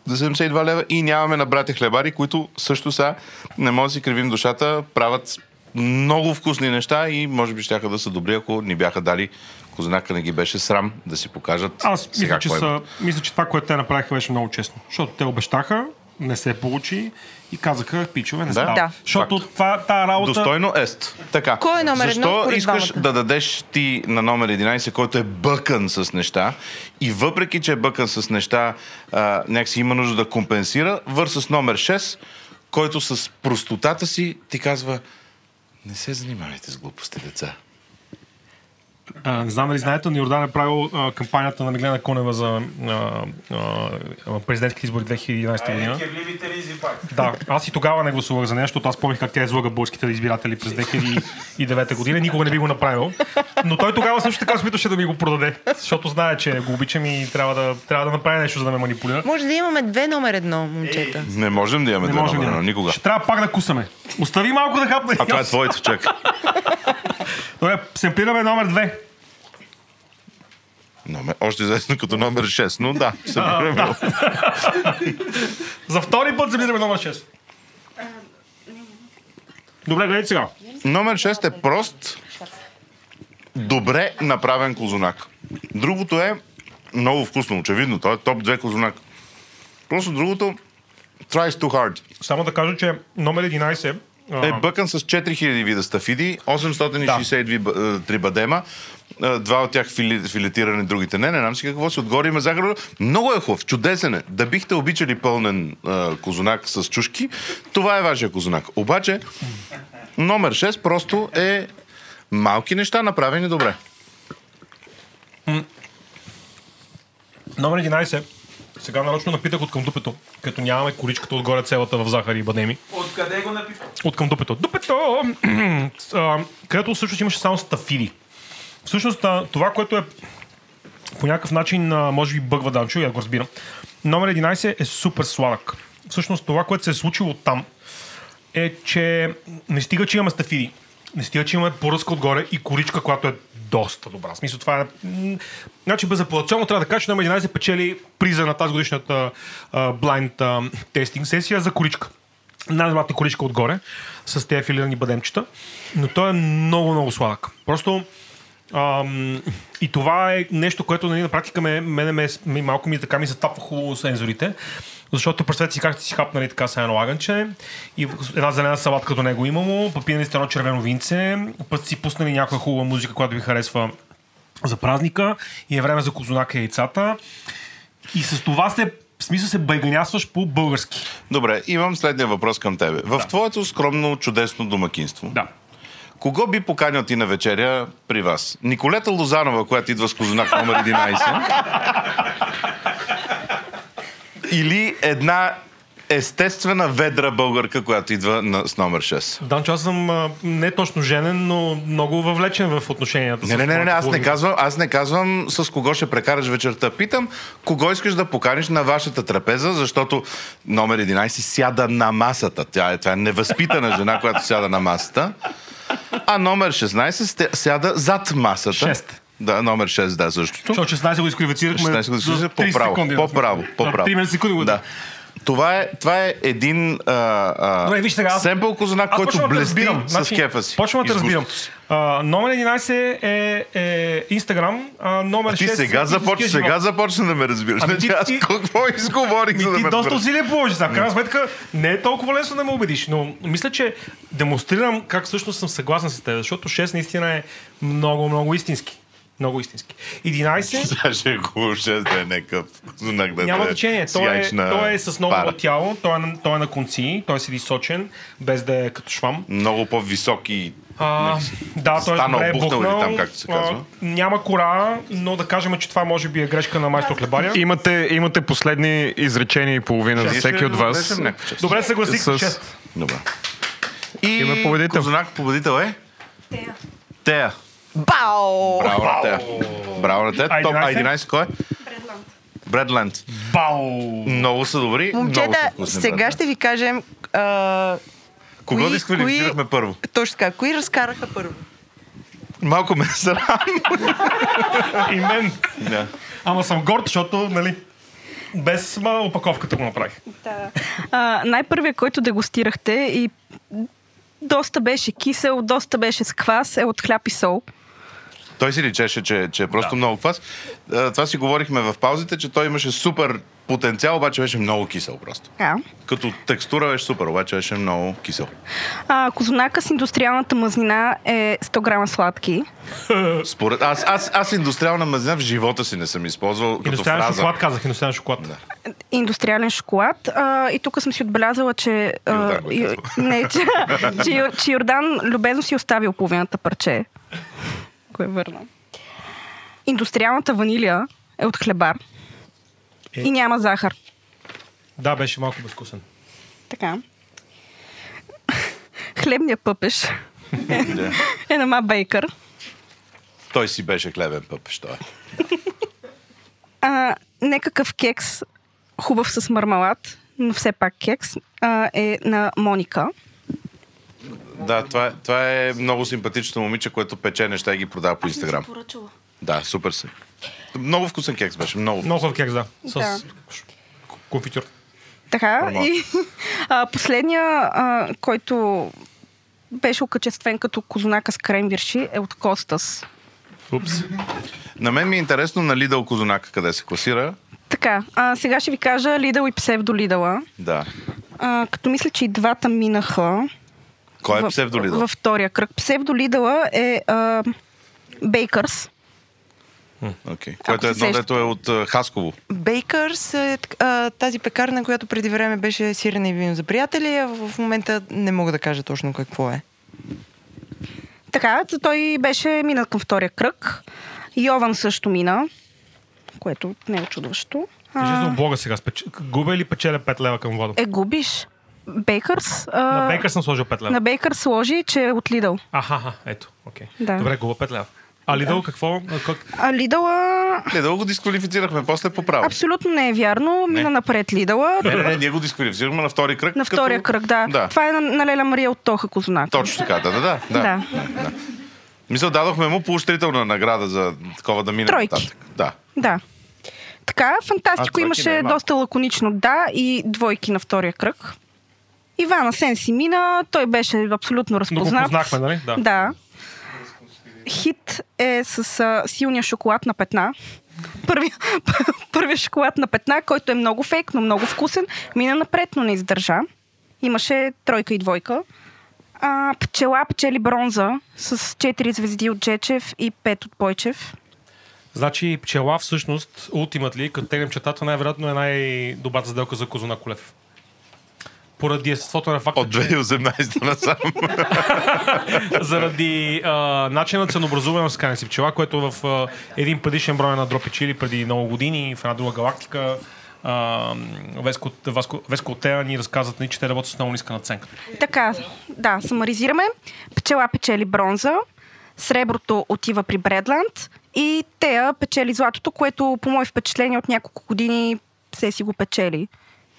[SPEAKER 3] за 72 лева и нямаме на братя хлебари, които също са, не може да си кривим душата, правят много вкусни неща и може би щяха да са добри, ако ни бяха дали козунака не ги беше срам да си покажат
[SPEAKER 4] Аз мисля
[SPEAKER 3] сега
[SPEAKER 4] че,
[SPEAKER 3] кой е има.
[SPEAKER 4] са, мисля, че това, което те направиха, беше много честно. Защото те обещаха, не се получи и казаха, пичове, не да? става.
[SPEAKER 2] Да.
[SPEAKER 4] Защото това, тая работа...
[SPEAKER 3] Достойно ест. Така.
[SPEAKER 2] Кой е номер едно
[SPEAKER 3] Защо
[SPEAKER 2] според
[SPEAKER 3] искаш
[SPEAKER 2] двамата?
[SPEAKER 3] да дадеш ти на номер 11, който е бъкан с неща и въпреки, че е бъкан с неща, а, някакси има нужда да компенсира, върсъс номер 6, който с простотата си ти казва не се занимавайте с глупости, деца.
[SPEAKER 4] А, не знам дали знаете, но Йордан е правил а, кампанията на Меглена Конева за а, а, президентските избори 2011 година.
[SPEAKER 6] Е, Кирливите ризи пак.
[SPEAKER 4] Да, аз и тогава не гласувах за нея, защото аз помних как тя излага българските избиратели през 2009 година. Никога не би го направил. Но той тогава също така се опитваше да ми го продаде, защото знае, че го обичам и трябва да, трябва да направи нещо, за да ме манипулира.
[SPEAKER 2] Може да имаме две номер едно, момчета.
[SPEAKER 3] Не можем да имаме
[SPEAKER 4] Не
[SPEAKER 3] две
[SPEAKER 4] може
[SPEAKER 3] номера,
[SPEAKER 4] да.
[SPEAKER 3] но никога.
[SPEAKER 4] Ще трябва пак да кусаме. Остави малко да хапне.
[SPEAKER 3] А това е твоето, чак.
[SPEAKER 4] Добре, семплираме номер две.
[SPEAKER 3] Номер, още известно като номер 6, но да, събираме.
[SPEAKER 4] За втори път замираме номер 6. Добре, гледай сега.
[SPEAKER 3] Номер 6 е прост, добре направен козунак. Другото е много вкусно, очевидно. Това е топ 2 козунак. Просто другото tries too hard.
[SPEAKER 4] Само да кажа, че номер 11 а,
[SPEAKER 3] Е бъкан с 4000 вида стафиди, 862 ба- е, трибадема, е, два от тях фили, филетирани, другите не, не знам си какво си. Отгоре има захар. Много е хубав, чудесен е. Да бихте обичали пълнен е, козунак с чушки, това е вашия козунак. Обаче, номер 6 просто е малки неща, направени добре.
[SPEAKER 4] Номер 11. Сега нарочно напитах от към дупето, като нямаме количката отгоре целата в захар и бадеми.
[SPEAKER 6] Откъде го напиха?
[SPEAKER 4] От към дупето. Дупето! А, където всъщност имаше само стафиди. Всъщност а, това, което е по някакъв начин, а, може би бъгва Данчо, я го разбирам. Номер 11 е супер сладък. Всъщност това, което се е случило там, е, че не стига, че имаме стафиди. Не стига, че имаме поръска отгоре и коричка, която е доста добра. В смисъл, това е... м, Значи безапелационно трябва да кажа, че номер 11 печели приза на тази годишната а, blind а, тестинг сесия за коричка. Най-добрата коричка отгоре, с тези филирани бадемчета. Но той е много, много сладък. Просто Ам, и това е нещо, което нали, на практика ме, мене ме, ми, малко ми така ми затапва хубаво сензорите. Защото представете си как сте си хапнали така с едно лагънче и в- една зелена салатка като него имамо, попинали сте едно червено винце, път си пуснали някаква хубава музика, която ви харесва за празника и е време за козунака и яйцата. И с това се, в смисъл се байганясваш по български.
[SPEAKER 3] Добре, имам следния въпрос към тебе. В твоето скромно, чудесно домакинство,
[SPEAKER 4] Да.
[SPEAKER 3] Кого би поканил ти на вечеря при вас? Николета Лозанова, която идва с козунак номер 11? Или една естествена ведра българка, която идва на, с номер 6?
[SPEAKER 4] Данчо, аз съм а, не точно женен, но много въвлечен в отношенията.
[SPEAKER 3] Не,
[SPEAKER 4] с
[SPEAKER 3] не, не, не,
[SPEAKER 4] моята
[SPEAKER 3] аз не
[SPEAKER 4] половинка.
[SPEAKER 3] казвам, аз не казвам с кого ще прекараш вечерта. Питам, кого искаш да поканиш на вашата трапеза, защото номер 11 сяда на масата. Тя е, това е невъзпитана жена, която сяда на масата. А номер 16 сте- сяда зад масата.
[SPEAKER 4] Шест.
[SPEAKER 3] Да, номер 6, да, също.
[SPEAKER 4] Защото 16 го изкривацирахме
[SPEAKER 3] 16 го
[SPEAKER 4] за
[SPEAKER 3] изкривацирахме
[SPEAKER 4] 30
[SPEAKER 3] по-право,
[SPEAKER 4] секунди.
[SPEAKER 3] по-право, по-право.
[SPEAKER 4] 30 секунди го
[SPEAKER 3] Да. Това е, това е един а, а,
[SPEAKER 4] Добре, виж сега. аз-
[SPEAKER 3] семпъл козунак,
[SPEAKER 4] аз
[SPEAKER 3] който
[SPEAKER 4] почвам да
[SPEAKER 3] блести
[SPEAKER 4] разбирам.
[SPEAKER 3] с
[SPEAKER 4] Значи,
[SPEAKER 3] кефа си.
[SPEAKER 4] Почвам да
[SPEAKER 3] и с
[SPEAKER 4] разбирам.
[SPEAKER 3] густото си.
[SPEAKER 4] А, номер 11 е, е Instagram, а, номер 6
[SPEAKER 3] Ти сега
[SPEAKER 4] е
[SPEAKER 3] започна,
[SPEAKER 4] физическия
[SPEAKER 3] сега
[SPEAKER 4] живот.
[SPEAKER 3] започна да ме разбираш.
[SPEAKER 4] Ами
[SPEAKER 3] Значи
[SPEAKER 4] ти-
[SPEAKER 3] аз
[SPEAKER 4] ти-
[SPEAKER 3] какво изговорих, за да
[SPEAKER 4] Ми,
[SPEAKER 3] ме
[SPEAKER 4] ти доста
[SPEAKER 3] разбереш?
[SPEAKER 4] усилия положи сега. В крайна сметка не е толкова лесно да ме убедиш, но мисля, че демонстрирам как всъщност съм съгласен с теб, защото 6 наистина е много, много истински. Много истински. 11
[SPEAKER 3] Сега ще е хубаво 6 да е някакъв знак да
[SPEAKER 4] Няма
[SPEAKER 3] да
[SPEAKER 4] значение. Той е,
[SPEAKER 3] сиячна
[SPEAKER 4] той е с много
[SPEAKER 3] пара.
[SPEAKER 4] тяло, той е, на- той е на конци, той седи сочен, без да е като швам.
[SPEAKER 3] Много по-високи.
[SPEAKER 4] А, да, той е
[SPEAKER 3] Станал,
[SPEAKER 4] добре е
[SPEAKER 3] бухнал или
[SPEAKER 4] бухнал.
[SPEAKER 3] там, както се казва.
[SPEAKER 4] А, няма кора, но да кажем, че това може би е грешка на майстор Хлебаря.
[SPEAKER 5] Имате, имате последни изречения и половина за
[SPEAKER 3] Ние
[SPEAKER 5] всеки
[SPEAKER 3] ще
[SPEAKER 5] от вас.
[SPEAKER 3] отбележим някаква част.
[SPEAKER 4] Добре, съгласих.
[SPEAKER 5] С-
[SPEAKER 4] С...
[SPEAKER 3] Добре. И
[SPEAKER 5] Има победител.
[SPEAKER 3] Козунак победител е? Тея.
[SPEAKER 2] Бао!
[SPEAKER 3] Браво на Тея. Браво на Тея.
[SPEAKER 4] А
[SPEAKER 3] Топ
[SPEAKER 4] 11?
[SPEAKER 3] 11 кой е? Бредленд.
[SPEAKER 4] Бау!
[SPEAKER 3] Много са добри. много са
[SPEAKER 2] Момчета,
[SPEAKER 3] вкусни,
[SPEAKER 2] сега
[SPEAKER 3] Бредленд.
[SPEAKER 2] ще ви кажем а,
[SPEAKER 3] Кого
[SPEAKER 2] кои-
[SPEAKER 3] дисквалифицирахме първо?
[SPEAKER 2] точно така, кои разкараха първо.
[SPEAKER 3] Малко ме срам.
[SPEAKER 4] Е, И мен.
[SPEAKER 3] Да.
[SPEAKER 4] Ама съм горд, защото, нали, без ма, опаковката го направих.
[SPEAKER 9] А, най-първият, който дегустирахте и доста беше кисел, доста беше с квас, е от хляб и сол.
[SPEAKER 3] Той си речеше, че, че е просто да. много квас. А, Това си говорихме в паузите, че той имаше супер потенциал, обаче беше много кисел просто.
[SPEAKER 9] А.
[SPEAKER 3] Като текстура беше супер, обаче беше много кисел.
[SPEAKER 9] А, козунака с индустриалната мазнина е 100 грама сладки.
[SPEAKER 3] Според... Аз, аз, аз индустриална мазнина в живота си не съм използвал като
[SPEAKER 4] Индустриален
[SPEAKER 3] фраза.
[SPEAKER 4] шоколад казах, индустриален шоколад. Да.
[SPEAKER 9] Индустриален шоколад. А, и тук съм си отбелязала, че... А,
[SPEAKER 3] Йордан го е
[SPEAKER 9] Ю- не, че, че, Йор- че Йордан любезно си е оставил половината парче. Кое е върна. Индустриалната ванилия е от хлебар.
[SPEAKER 4] Е.
[SPEAKER 9] И няма захар.
[SPEAKER 4] да, беше малко безкусен.
[SPEAKER 9] Така. Хлебния пъпеш е на Ма Бейкър.
[SPEAKER 3] Той си беше хлебен пъпеш, той. е.
[SPEAKER 9] А, некакъв кекс, хубав с мармалад, но все пак кекс, а, е на Моника.
[SPEAKER 3] Да, това, е- това е много симпатично момиче, което пече неща и ги продава по Инстаграм.
[SPEAKER 9] поръчала.
[SPEAKER 3] Да, супер си. Много вкусен кекс беше, много.
[SPEAKER 4] Много хубав кекс, да. С
[SPEAKER 9] Да.
[SPEAKER 4] к- конфитюр.
[SPEAKER 9] Така.
[SPEAKER 3] Мармалад.
[SPEAKER 9] И, а, последния, а, който беше окачествен като козунака с крем вирши, е от Костас.
[SPEAKER 4] Упс.
[SPEAKER 3] На мен ми е интересно на Лидъл Козунака къде се класира.
[SPEAKER 9] Така, а, сега ще ви кажа Лидъл и псевдо Лидъла.
[SPEAKER 3] Да.
[SPEAKER 9] А, като мисля, че и двата минаха.
[SPEAKER 3] Кой е
[SPEAKER 9] в-
[SPEAKER 3] псевдо Лидъл?
[SPEAKER 9] Във втория кръг. Псевдо Лидъла е а, Бейкърс.
[SPEAKER 3] Окей. Което е
[SPEAKER 9] се
[SPEAKER 3] едно,
[SPEAKER 9] сеща.
[SPEAKER 3] дето е от а, Хасково.
[SPEAKER 2] Бейкърс е так- а, тази пекарна, която преди време беше сирене и вино за приятели, а в в момента не мога да кажа точно какво е.
[SPEAKER 9] Така, т- той беше минал към втория кръг. Йован също мина, което не е очудващо.
[SPEAKER 4] Кажи за
[SPEAKER 9] А,
[SPEAKER 4] облога сега. Спеч... Губя ли печеля 5 лева към вода?
[SPEAKER 9] е, губиш. Бейкърс. А,
[SPEAKER 4] На Бейкър съм сложил 5 лева.
[SPEAKER 9] на Бейкърс сложи, че е от Лидъл.
[SPEAKER 4] Аха, аха, ето. Окей.
[SPEAKER 9] Да.
[SPEAKER 4] Добре, губа 5 лева. А Лидъл какво? А, Как...
[SPEAKER 9] А Лидъла
[SPEAKER 3] Лидъл го дисквалифицирахме, после поправи.
[SPEAKER 9] абсолютно не е вярно. Мина направо Лидъла.
[SPEAKER 3] Не, не, не, ние го дисквалифицирахме на втори кръг.
[SPEAKER 9] На втория
[SPEAKER 3] като...
[SPEAKER 9] кръг, да.
[SPEAKER 3] Да.
[SPEAKER 9] Това е на, на Леля Мария от Тоха Козунак.
[SPEAKER 3] Точно така, да, да, да. да.
[SPEAKER 9] Да.
[SPEAKER 3] Мисля, дадохме му поощрителна награда за такова да мине
[SPEAKER 9] Тройки.
[SPEAKER 3] нататък. Да.
[SPEAKER 9] Да. Така,
[SPEAKER 3] А,
[SPEAKER 9] фантастико
[SPEAKER 3] тройки не е
[SPEAKER 9] имаше
[SPEAKER 3] малко.
[SPEAKER 9] доста лаконично да и двойки на втория кръг. Ивана Сен си мина, той беше абсолютно
[SPEAKER 4] Но го
[SPEAKER 9] разпознат.
[SPEAKER 4] познахме, нали? Да.
[SPEAKER 9] Да. Хит е с а, силния шоколад на петна. Първи, първият шоколад на петна, който е много фейк, но много вкусен. Мина напред, но не издържа. Имаше тройка и двойка. А, пчела печели бронза с 4 звезди от Джечев и 5 от Бойчев.
[SPEAKER 4] Значи пчела всъщност, ултимат ли, като тегнем чертата, най-вероятно е най-добрата сделка за Козуна Колев. Поради естеството на факта,
[SPEAKER 3] От 2018 насам.
[SPEAKER 4] заради а, начина на ценообразуване на скане си пчела, което е в а, един предишен брой на Дропи Чили преди много години в една друга галактика а, Веско, Васко, Веско Отея ни разказват, ни, че те работят с много ниска наценка.
[SPEAKER 9] Така, да, самаризираме. Пчела печели бронза, среброто отива при Бредланд и Тея печели златото, което по мое впечатление от няколко години все си го печели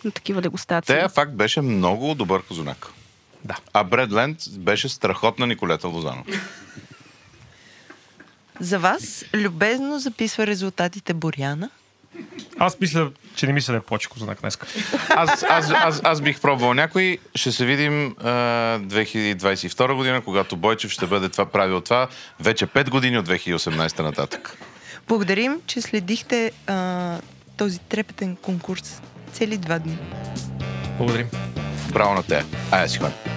[SPEAKER 9] на такива дегустации.
[SPEAKER 3] Тея факт беше много добър козунак.
[SPEAKER 4] Да.
[SPEAKER 3] А Бредленд беше страхотна Николета Лозанова.
[SPEAKER 2] За вас любезно записва резултатите Боряна.
[SPEAKER 4] Аз мисля, че не мисля да е повече Козунак днес.
[SPEAKER 3] Аз, аз, аз, аз бих пробвал някой. Ще се видим а, 2022 година, когато Бойчев ще бъде това правил това вече 5 години от 2018 нататък.
[SPEAKER 2] Благодарим, че следихте а, този трепетен конкурс цели два дни.
[SPEAKER 4] Благодарим.
[SPEAKER 3] Браво на те. Ая си хора.